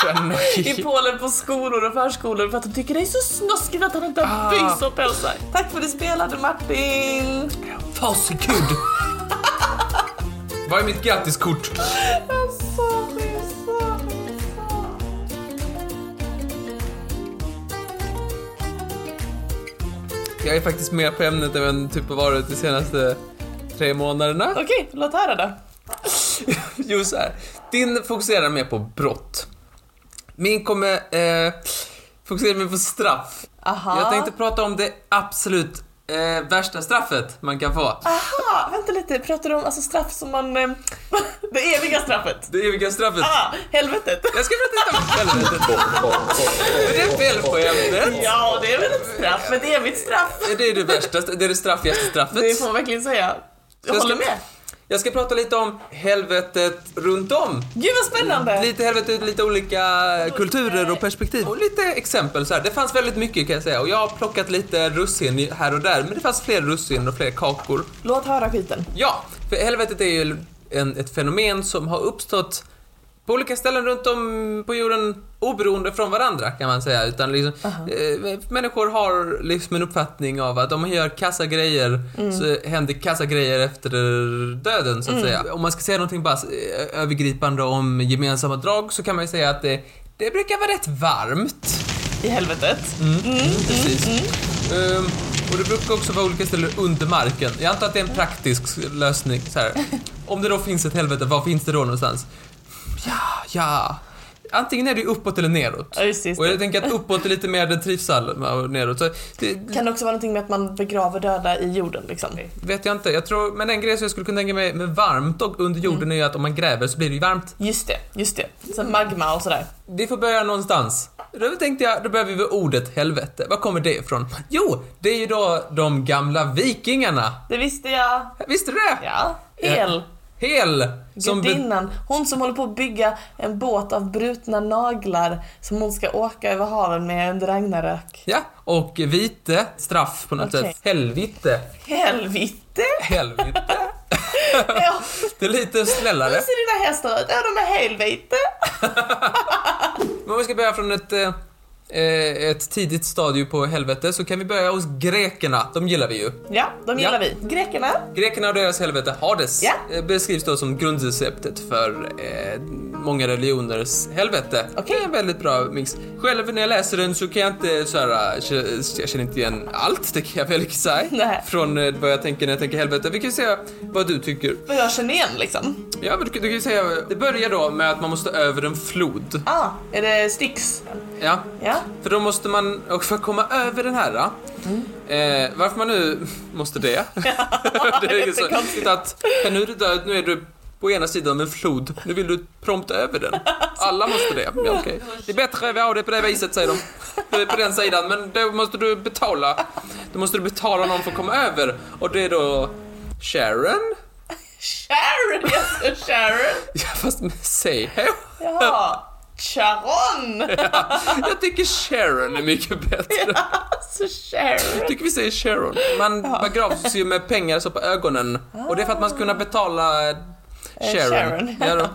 tror jag
i
nog.
(laughs) Polen på skolor och förskolor för att de tycker det är så snuskigt att han inte har
Ah.
byxor på sig. Tack för det spelade Martin!
Varsågod. Vad är mitt grattiskort?
Alltså, det är så pinsamt.
Jag är faktiskt mer på ämnet än typ har varit de senaste tre månaderna.
(laughs) Okej, låt höra då.
Jo, så här. Din fokuserar mer på brott. Min kommer eh, fokusera mer på straff.
Aha.
Jag tänkte prata om det absolut eh, värsta straffet man kan få.
Aha, vänta lite, pratar du om alltså, straff som man... Eh, (laughs) det eviga straffet?
Det eviga straffet.
Ah, helvetet!
Jag ska prata om helvetet. Men det är fel på ämnet.
(laughs) Ja, det är väl ett straff, ett evigt straff.
Det är det värsta, det är det straffigaste
Det
straffet.
får man verkligen säga. Jag
Jag
håller
ska-
med.
Jag ska prata lite om helvetet runt om.
Gud vad spännande!
Lite helvete, lite olika kulturer och perspektiv. Och lite exempel så här. Det fanns väldigt mycket kan jag säga. Och jag har plockat lite russin i- här och där. Men det fanns fler russin och fler kakor.
Låt höra skiten.
Ja, för helvetet är ju en, ett fenomen som har uppstått på olika ställen runt om på jorden oberoende från varandra kan man säga. Utan liksom, eh, människor har liksom en uppfattning av att om man gör kassa grejer så händer kassa grejer efter döden så att säga. Om man ska säga någonting bara eh, övergripande om gemensamma drag så kan man ju säga att det, det brukar vara rätt varmt.
i helvetet.
Precis.
Mm,
Ehm, och det brukar också vara olika ställen under marken. Jag antar att det är en praktisk lösning. Så här.
(laughs)
Om det då finns ett helvete, var finns det då någonstans? Ja, ja. Antingen är det ju uppåt eller neråt.
Ja, just, det, just
Och
det.
jag tänker att uppåt är lite mer den trivsamma och neråt. Så det
Kan det också vara någonting med att man begraver döda i jorden liksom?
vet jag inte. Jag tror, men en grej som jag skulle kunna tänka mig med varmt och under jorden
Mm.
är ju att om man gräver så blir det ju varmt.
Just det, just det. Som magma och sådär.
Vi får börja någonstans. Då tänkte jag, då behöver vi ordet helvete. Var kommer det ifrån? Jo, det är ju då de gamla vikingarna.
Det visste jag.
Visste du det?
Ja. Hel.
Hel! Eh, Som be-
Gudinnan. Hon som håller på att bygga en båt av brutna naglar som hon ska åka över haven med under Ragnarök.
ja, och vite, straff på något
Okej.
sätt. Helvete. (laughs)
Helvete!
Helvete.
Ja,
Det är lite
hur
snällare.
ser dina hästar ut? Ja, de är helvete.
Men om vi ska börja från ett, eh, eh, ett tidigt stadium på helvete så kan vi börja hos grekerna. De gillar vi ju.
Ja, de gillar
Ja.
vi. Grekerna.
Grekerna och deras helvete, Hades,
Ja.
eh, beskrivs då som grundreceptet för eh, många religioners helvete.
Okej.
Det är en väldigt bra mix. Själv när jag läser den så kan jag inte så här, eh, k- jag känner inte igen allt, det kan jag väl säga.
Nej.
Från eh, vad jag tänker när jag tänker helvete. Vi kan ju se vad du tycker.
Vad jag känner igen liksom.
Ja, men du, du kan ju säga, det börjar då med att man måste över en flod.
Ah, är det Styx?
Ja.
Ja.
För då måste man, och för att komma över den här, eh, varför man nu måste (laughs) det. det är ju så
Jättekonstigt.
att, men nu är du död, nu är du på ena sidan av en flod, nu vill du prompt över den. Alla måste det. Ja, okej. Det är bättre, vi har det på det viset säger de. Du är på den sidan, men då måste du betala. Då måste du betala någon för att komma över. Och det är då Sharon?
Sharon, (laughs) jag sa Sharon.
Ja, fast säg hej.
Jaha. Charon!
Jag tycker Sharon är mycket bättre.
Så Sharon.
Jag tycker vi säger Sharon. Man begravs ju med pengar så på ögonen. Och det är för att man ska kunna betala eh, Sharon.
Sharon.
Ja, då.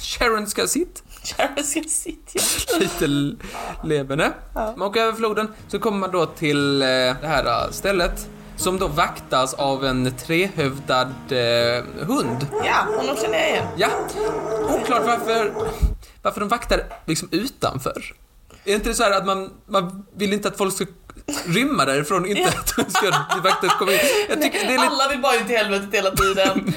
Sharon ska ha sitt.
Sharon ska sitta. ja.
Lite l- leverne. Man åker över floden, så kommer man då till eh, det här eh, stället. Som då vaktas av en trehövdad eh, hund.
Ja, honom känner jag igen.
Ja, oklart varför, varför de vaktar liksom utanför. Är inte det så här att man, man vill inte att folk ska rymma därifrån, inte
Ja.
att de ska vakta komma in. Jag tycker det är lite,
Alla vill bara ut i helvetet hela tiden.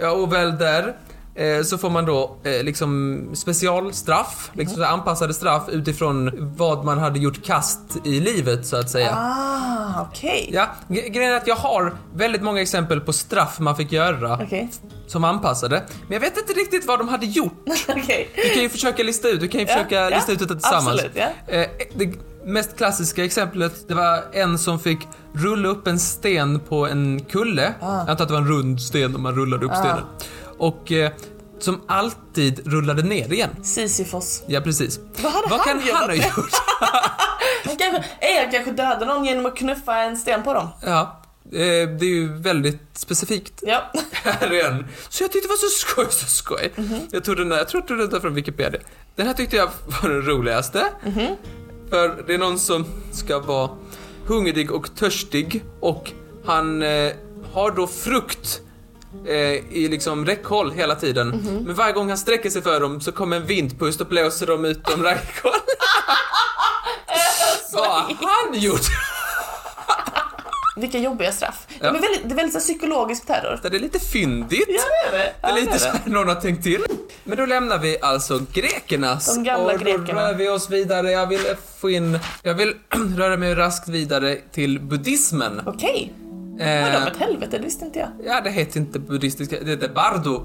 ja, och väl där eh, så får man då eh, liksom specialstraff, liksom så här anpassade straff utifrån vad man hade gjort kast i livet så att säga.
(laughs) Ah, okej.
Ja, gre- grejen är att jag har väldigt många exempel på straff man fick göra
Okej.
som anpassade, men jag vet inte riktigt vad de hade gjort.
Okej.
Vi kan ju försöka lista ut, vi kan ju
Ja,
försöka
ja,
lista ut detta tillsammans.
absolut, ja.
Eh, Det mest klassiska exemplet, det var en som fick rulla upp en sten på en kulle.
Ah.
Jag antar att det var en rund sten om man rullade upp stenen. Och eh, som alltid rullade ner igen.
Sisyfos.
Ja, precis.
Vad hade
Vad
han
kan han ha (laughs)
gjort?
gjort?
Han kanske, eh, han kanske dödade någon genom att knuffa en sten på dem.
Ja, eh, det är ju väldigt specifikt.
Ja.
här igen. Så jag tyckte det var så skoj, så skoj. Jag tog den här, jag tror att den där från Wikipedia. Den här tyckte jag var den roligaste. För det är någon som ska vara hungrig och törstig och han eh, har då frukt eh, i liksom räckhåll hela tiden. Men varje gång han sträcker sig för dem så kommer en vindpust och blåser dem utom räckhåll. Vad har han gjort?
Vilka jobbiga straff.
Ja.
Ja. Men väldigt, det är väldigt så här psykologisk terror.
Det är lite fyndigt.
Ja, det är det.
Det
Ja,
är lite
det
så
är det.
här någon har tänkt till. Men då lämnar vi alltså grekernas.
De gamla
och då
grekerna.
rör vi oss vidare. Jag vill få in... Jag vill (clears throat) röra mig raskt vidare till buddhismen.
Okej.
Eh,
Vadå, ett helvete? Det visste inte jag.
ja, det heter inte buddhistiska. Det heter bardo.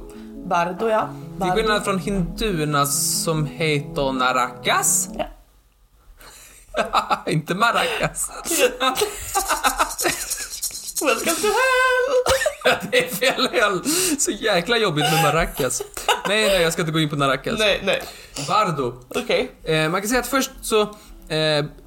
Bardo, ja.
Till
Bardo.
skillnad från hinduerna som heter narakas.
Ja.
(laughs)
(laughs)
inte maracas. (laughs)
Welcome to hell!
det är fel hel. Så jäkla jobbigt med maracas. nej, nej, jag ska inte gå in på narakas.
Nej, nej.
Bardo.
Okej.
Eh, man kan säga att först så eh,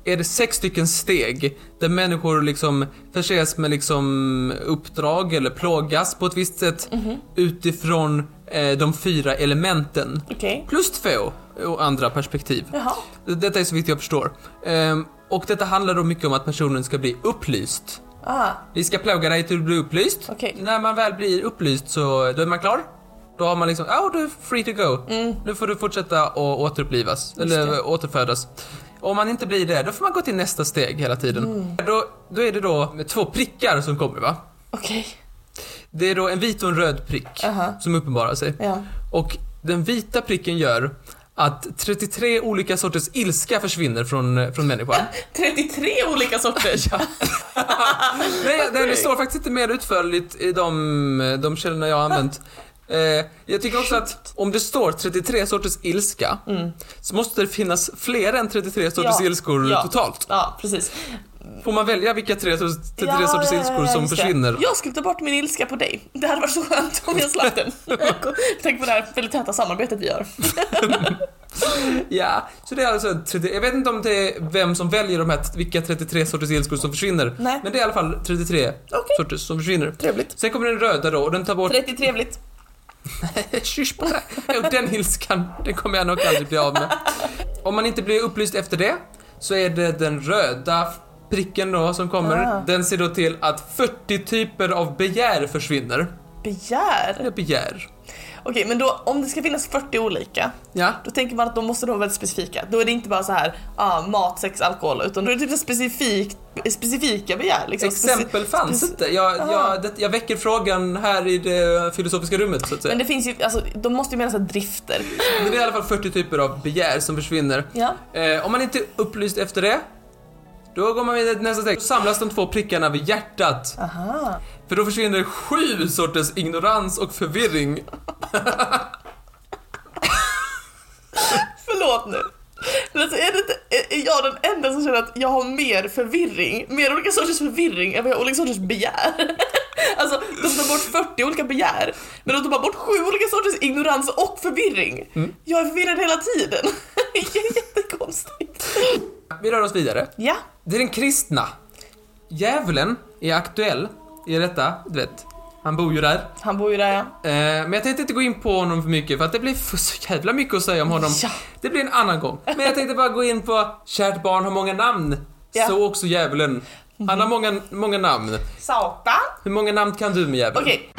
är det sex stycken steg där människor liksom förses med liksom uppdrag eller plågas på ett visst sätt utifrån eh, de fyra elementen.
Okej.
Plus två och andra perspektiv.
Jaha.
Detta är så vitt jag förstår. Ehm, och detta handlar då mycket om att personen ska bli upplyst.
Ah,
Vi ska plugga dig till du blir upplyst.
Okej.
När man väl blir upplyst så då är man klar. Då har man liksom, ja du är free to go. Nu får du fortsätta och återupplivas,
Mm. det.
eller återfödas. Om man inte blir det, då får man gå till nästa steg hela tiden.
Mm.
Då, då är det då med två prickar som kommer va?
okej.
Det är då en vit och en röd prick
Aha.
som uppenbarar sig.
Ja.
Och den vita pricken gör att 33 olika sorters ilska försvinner från, eh, från människan.
(laughs) 33
(laughs)
olika sorters!
Nej,
Okej.
nej, det står faktiskt inte mer utförligt i de, eh, de källorna jag har använt. Eh, jag tycker också att om det står 33 sorters ilska så måste det finnas fler än 33 sorters
Mm. Ja,
ilskor
ja.
totalt.
Ja, precis.
Får man välja vilka tre sorters- 33
Ja,
sorters
ja, ja,
ilskor
ja,
som
just det.
försvinner?
Jag skulle ta bort min ilska på dig. Det hade varit så skönt om jag
(laughs)
slapp den. Tänk på det här väldigt täta samarbetet vi gör.
Ja, så det är alltså 30, jag vet inte om det är vem som väljer de här, vilka 33 sorters ilskor som försvinner.
Nej.
Men det är i alla fall 33
Okej.
sorters som försvinner.
Trevligt.
Sen kommer den röda då och den tar bort...
30 trevligt.
(laughs) Kyss på dig! Jo, den ilskan, den kommer jag nog aldrig bli av med. Om man inte blir upplyst efter det, så är det den röda pricken då som kommer.
Ah.
Den ser då till att 40 typer av begär försvinner.
Begär.
Eller begär.
Okej, men då om det ska finnas 40 olika,
Ja.
då tänker man att de måste då vara väldigt specifika. Då är det inte bara så här, ah, mat, sex, alkohol, utan då är det typ så specifikt, specifika begär. Liksom.
Exempel
Speci-
fanns
speci-
inte. Jag,
Ah.
jag, det, jag väcker frågan här i det filosofiska rummet så att säga.
Men det finns ju, alltså de måste ju mena såhär drifter.
Men det är i alla fall 40 typer av begär som försvinner.
Ja.
Eh, om man inte är upplyst efter det, då går man vidare till nästa steg. Då samlas de två prickarna vid hjärtat.
Aha.
För då försvinner sju sorters ignorans och förvirring.
Förlåt nu. Men alltså, är, det inte, är är jag den enda som känner att jag har mer förvirring, mer olika sorters förvirring än vad jag har olika sorters begär? (laughs) Alltså, de tar bort 40 olika begär, men de tar bara bort sju olika sorters ignorans och förvirring. Jag är förvirrad hela tiden. (laughs) Det är Jättekonstigt.
Vi rör oss vidare.
Ja.
Det är den kristna. Djävulen är aktuell i detta, du vet. Han bor ju där.
Han bor ju där ja.
Eh, men jag tänkte inte gå in på honom för mycket för att det blir (laughs) för så jävla mycket att säga om honom.
Ja.
Det blir en annan gång. Men jag tänkte bara gå in på kärt barn har många namn.
Ja.
Så också djävulen. Han har många, många namn.
Satan.
Hur många namn kan du med djävulen? (laughs)
Okej.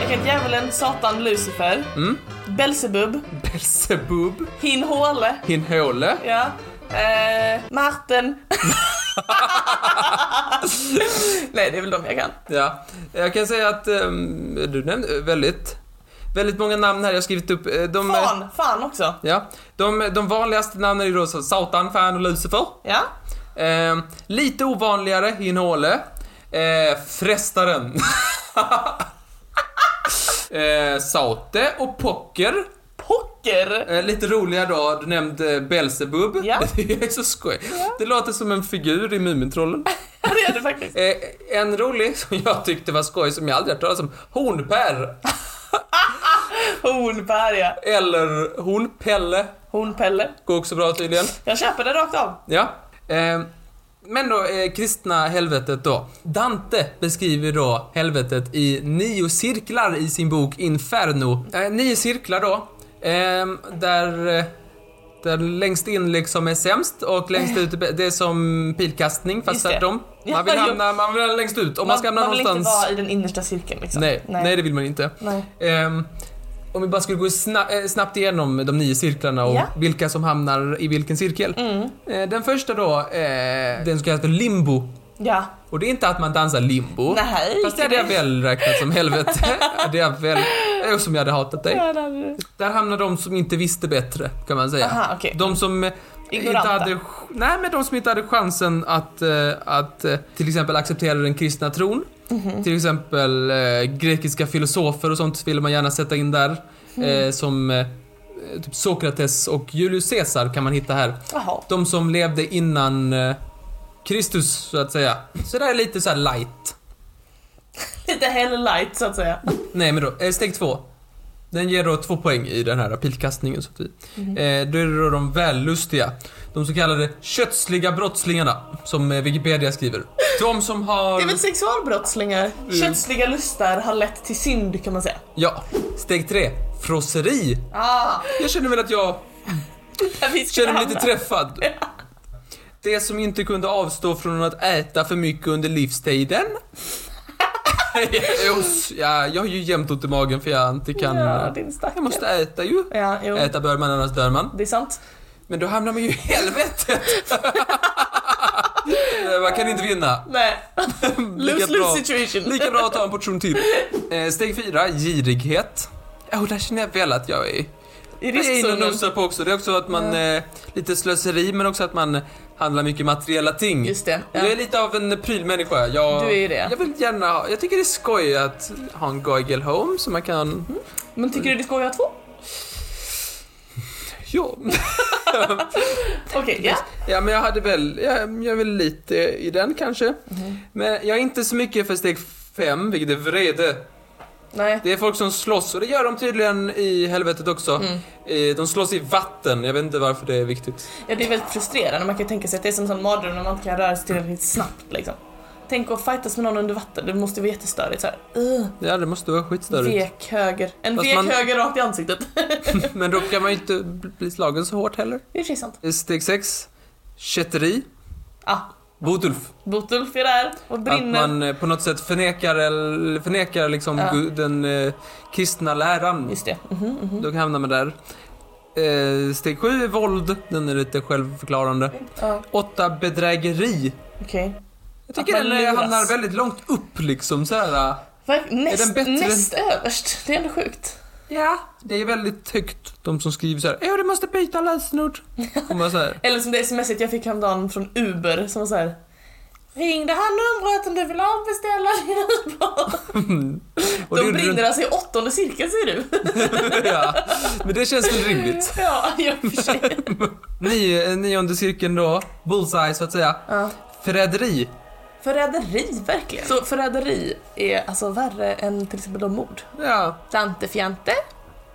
Jag kan djävulen, Satan, Lucifer,
Mm.
Belsebub,
Belzebub,
Hin Håle,
Hinhåle,
Ja. Eh,
(laughs)
Martin. Nej, det är väl de jag kan.
Ja, jag kan säga att ehm, du nämnde eh, väldigt, väldigt många namn här. Jag har skrivit upp eh, de... eh,
Fan, fan också.
Ja, de, de vanligaste namnen är då så- Satan, Fan och Lucifer.
Ja.
Ehm, lite ovanligare, Hinhåle. Eh, frestaren. (laughs) eh, Saute och Pocker.
Pocker.
Eh, lite roligare då, du nämnde Belsebub.
Ja.
(laughs) Det är så skoj. Det låter som en figur i
(laughs)
Mumintrollen.
Ja, det är det faktiskt.
Eh, en rolig som jag tyckte var skoj som jag aldrig hört talas om. Hornpär.
Hornberga.
Eller hornpelle.
Hornpelle.
Går också bra tydligen.
Jag köper det rakt av.
Ja. Eh, men då, eh, kristna helvetet då. Dante beskriver då helvetet i nio cirklar i sin bok Inferno. Eh, nio cirklar då. Eh, där, eh, där längst in liksom är sämst och längst ut är bä- det är som pilkastning fast
Just det.
tvärtom. Man vill
Ja, jo.
hamna, man vill hamna längst ut. Om man, ska hamna
man vill
någonstans...
inte vara i den innersta cirkeln liksom.
Nej, nej.
Nej.
det vill man inte.
Nej.
Ehm, om vi bara skulle gå sna- eh, snabbt igenom de nio cirklarna och
Ja. Mm.
vilka som hamnar i vilken cirkel. Eh, den första då, eh, den som kallas för limbo.
Ja.
Och det är inte att man dansar limbo.
Nej.
Fast det hade jag väl räknat som
(laughs)
helvete. det är väl, eh, som jag hade hatat dig.
Ja, där-
Där hamnar de som inte visste bättre, kan man säga.
Aha, okej.
De som eh, inte
Ignoranta.
hade, nej, men de som inte hade chansen att, eh, att eh, till exempel acceptera den kristna tron.
Mhm.
Till exempel eh, grekiska filosofer och sånt ville man gärna sätta in där.
Mm.
Eh, som eh, typ Sokrates och Julius Caesar kan man hitta här.
Jaha.
De som levde innan eh, Kristus, så att säga. Så det här är lite så här light.
Lite hell light så att säga.
Nej men då, eh, steg två. Den ger då två poäng i den här pilkastningen. Så att vi,
Mhm.
eh, då är det då de vällustiga. De så kallade kötsliga brottslingarna, som eh, Wikipedia skriver. De som har...
Det är väl sexualbrottslingar?
Mm.
Kötsliga lustar har lett till synd kan man säga.
Ja. Steg tre. Frosseri.
Ah,
Jag känner väl att jag
vi ska
känner mig
hamna.
lite träffad. Det som inte kunde avstå från att äta för mycket under
(laughs)
livstiden. Jo, s- ja, jag har ju jämt ont i magen för jag inte kan...
Ja, din stackare.
jag måste äta ju.
Ja, jo.
Äta bör man, annars dör man.
Det är sant.
Men då hamnar man ju i
(laughs)
helvetet. Eh, man kan inte vinna.
Nej.
Lika
Lose,
bra.
lose situation.
Lika bra att ta en portion till. Eh, Steg fyra, girighet. Åh, där känner jag väl att jag är.
I
Det är inne och
riskzonen.
nosar på också. Det är också att man, eh, lite slöseri men också att man handlar mycket materiella ting.
Just det. Ja.
Jag är lite av en prylmänniska. Jag,
Du är ju det.
Jag vill gärna ha, jag tycker det är skoj att ha en Goigel home så man kan,
Mm. Men tycker du det ska att ha två?
ja.
Okej, ja.
ja men jag hade väl, jag, jag är väl lite i den kanske.
Mhm.
Men jag är inte så mycket för steg fem, vilket är vrede.
Nej.
Det är folk som slåss och det gör de tydligen i helvetet också.
Mm.
Eh, De slåss i vatten, jag vet inte varför det är viktigt.
Ja, det är väldigt frustrerande. Man kan ju tänka sig att det är som en sån mardröm när man inte kan röra sig tillräckligt snabbt liksom. Tänk att fightas med någon under vatten, det måste ju vara jättestörigt såhär. Uh,
Ja det måste vara skitstörigt.
vek höger. En
Fast
vek
man-
höger rakt i ansiktet.
(laughs) Men då kan man ju inte bli slagen så hårt heller.
det är precis sant.
Steg 6. Kätteri.
Ah,
Botulf.
Botulf är där och
Att
brinner.
man eh, på något sätt förnekar, eller- förnekar liksom
Ja.
gu- den eh, kristna läran.
Just det. Mhm, mhm.
Mm. Då hamnar man där. Eh, steg 7 är våld. Den är lite självförklarande.
Ja,
8. Bedrägeri.
okej.
Jag tycker
Att man
den eh,
luras.
hamnar väldigt långt upp liksom så här. eh.
Verk- Näst,
bättre-
näst överst. Det är ändå sjukt.
Ja. Det är väldigt högt. De som skriver så här. Ja, du måste byta lösenord.
(laughs)
Och man så här.
Eller som det smset jag fick häromdagen från Uber som var såhär Ring det här numret om du vill avbeställa (laughs) din Uber.
Och det
De
gjorde du
brinner alltså i åttonde cirkeln säger du.
inte. (laughs) ja. Men det känns väl rimligt.
(laughs) ja, i och för sig.
Nio, nionde cirkeln då, bullseye så att säga.
(laughs) Ja.
Förräderi.
Förräderi, verkligen. Så förräderi är alltså värre än till exempel de mord.
Ja,
Dante Fjante.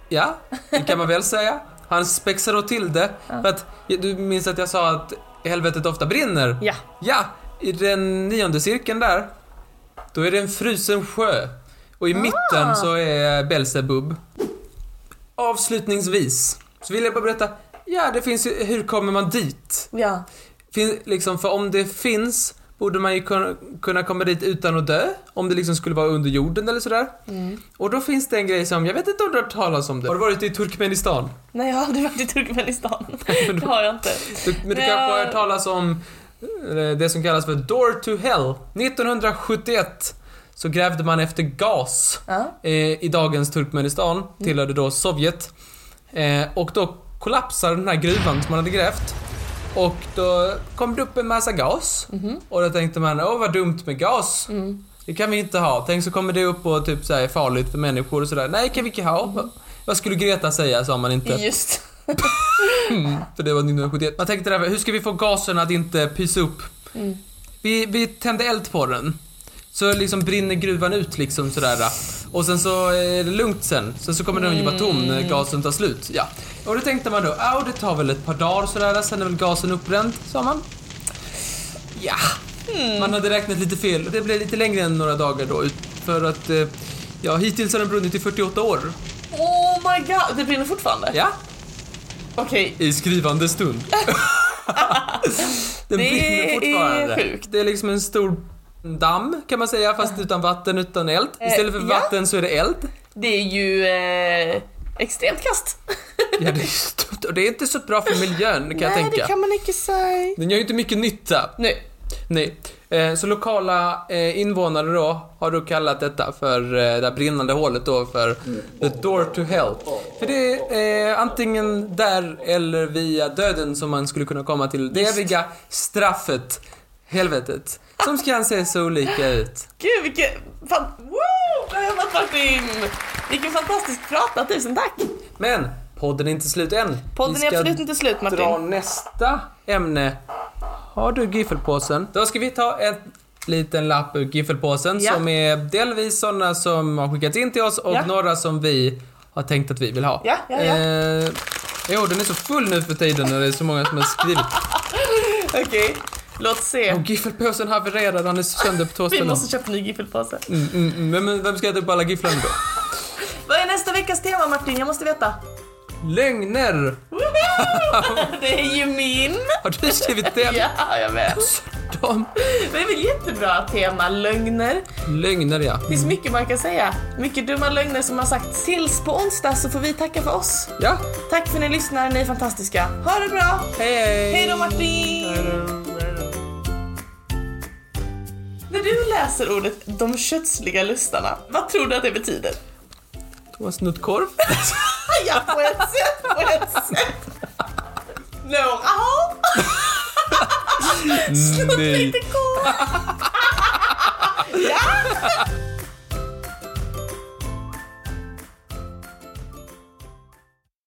ja, det kan man väl säga. Han spexar då till det. För att, du minns att jag sa att helvetet ofta brinner?
Ja.
Ja, i den nionde cirkeln där, då är det en frusen sjö. Och i mitten så är Belsebub. Avslutningsvis så vill jag bara berätta, ja det finns ju, hur kommer man dit?
Ja.
Fin, liksom, för om det finns borde man ju kunna, kunna komma dit utan att dö. Om det liksom skulle vara under jorden eller sådär. Och då finns det en grej som, jag vet inte om du har hört talas om det. Har du varit i Turkmenistan?
Nej, jag har aldrig varit i (laughs) Turkmenistan. det har jag inte.
Du, men du
Nej.
kanske har hört talas om eh, det som kallas för Door to Hell. 1971 så grävde man efter gas
Ja.
eh, i dagens Turkmenistan, tillhörde då Sovjet. Eh, och då kollapsade den här gruvan som man hade grävt. Och då kom det upp en massa gas. Och då tänkte man, åh vad dumt med gas. Det kan vi inte ha. Tänk så kommer det upp och typ så här är farligt för människor och sådär. Nej, kan vi inte ha. Vad skulle Greta säga, sa man inte.
Just.
Mm. För det var 1971. Man tänkte där, hur ska vi få gasen att inte pysa upp? Vi, vi tände eld på den. Så liksom brinner gruvan ut liksom sådär. Och sen så är det lugnt sen. Sen så kommer den ju vara tom när gasen tar slut. Ja. Och då tänkte man då, ja det tar väl ett par dagar sådär, sen är väl gasen uppbränd, sa man. Ja. Man hade räknat lite fel. Det blev lite längre än några dagar då. ut- För att, eh, ja hittills har den brunnit i 48 år.
Oh my god, det brinner fortfarande?
Ja.
Okej,
I skrivande
(laughs)
stund. Den
Det
brinner
är
fortfarande.
sjukt.
Det är liksom en stor damm kan man säga, fast utan vatten, utan eld.
Eh,
Istället för
ja.
vatten så är det eld.
det är ju eh, extremt kast.
Ja, det är stort. Och det är inte så bra för miljön kan jag
(laughs) Nej,
tänka.
det kan man inte säga.
Den gör ju inte mycket nytta.
Nu,
Nej. Eh, Så lokala eh, invånare då har då kallat detta för eh, det här brinnande hålet då för the door to hell. För det är eh, antingen där eller via döden som man skulle kunna komma till det eviga straffet, helvetet, som kan se så olika ut.
gud vilken... Fan, woo! Där har man Martin! Vilken fantastisk prata, tusen tack!
Men podden är inte slut än.
Podden
Vi
är
ska
absolut inte slut
dra
Martin.
nästa ämne. Har du giffelpåsen? Då ska vi ta en liten lapp ur giffelpåsen
Ja.
som är delvis sådana som har skickats in till oss och
Ja.
några som vi har tänkt att vi vill ha.
Ja, ja, ja.
Eh, jo, den är så full nu för tiden när det är så många som har skrivit.
Okej. Låt se.
Och giffelpåsen havererade, han är sönder på två
Vi
ställen.
måste köpa en ny giffelpåse.
Mm, mm, mm. Vem, vem ska äta upp alla gifflarna då?
Vad är nästa veckas tema Martin? Jag måste veta.
Lögner!
(laughs) Det är ju min!
Har du skrivit det?
Ja, jag (laughs) vet.
De
Det är väl jättebra tema, lögner.
lögner ja.
Det finns mycket man kan säga. Mycket dumma lögner som har sagts. Tills på onsdag så får vi tacka för oss.
Ja,
Tack för att ni lyssnar, ni är fantastiska. Ha det bra!
hej hej!
Hej då Martin! När du läser ordet de kötsliga lustarna, vad tror du att det betyder?
Du har snott (laughs) korv.
(laughs) Ja, på ett sätt, på ett sätt. Några har snott
Nej.
lite korv.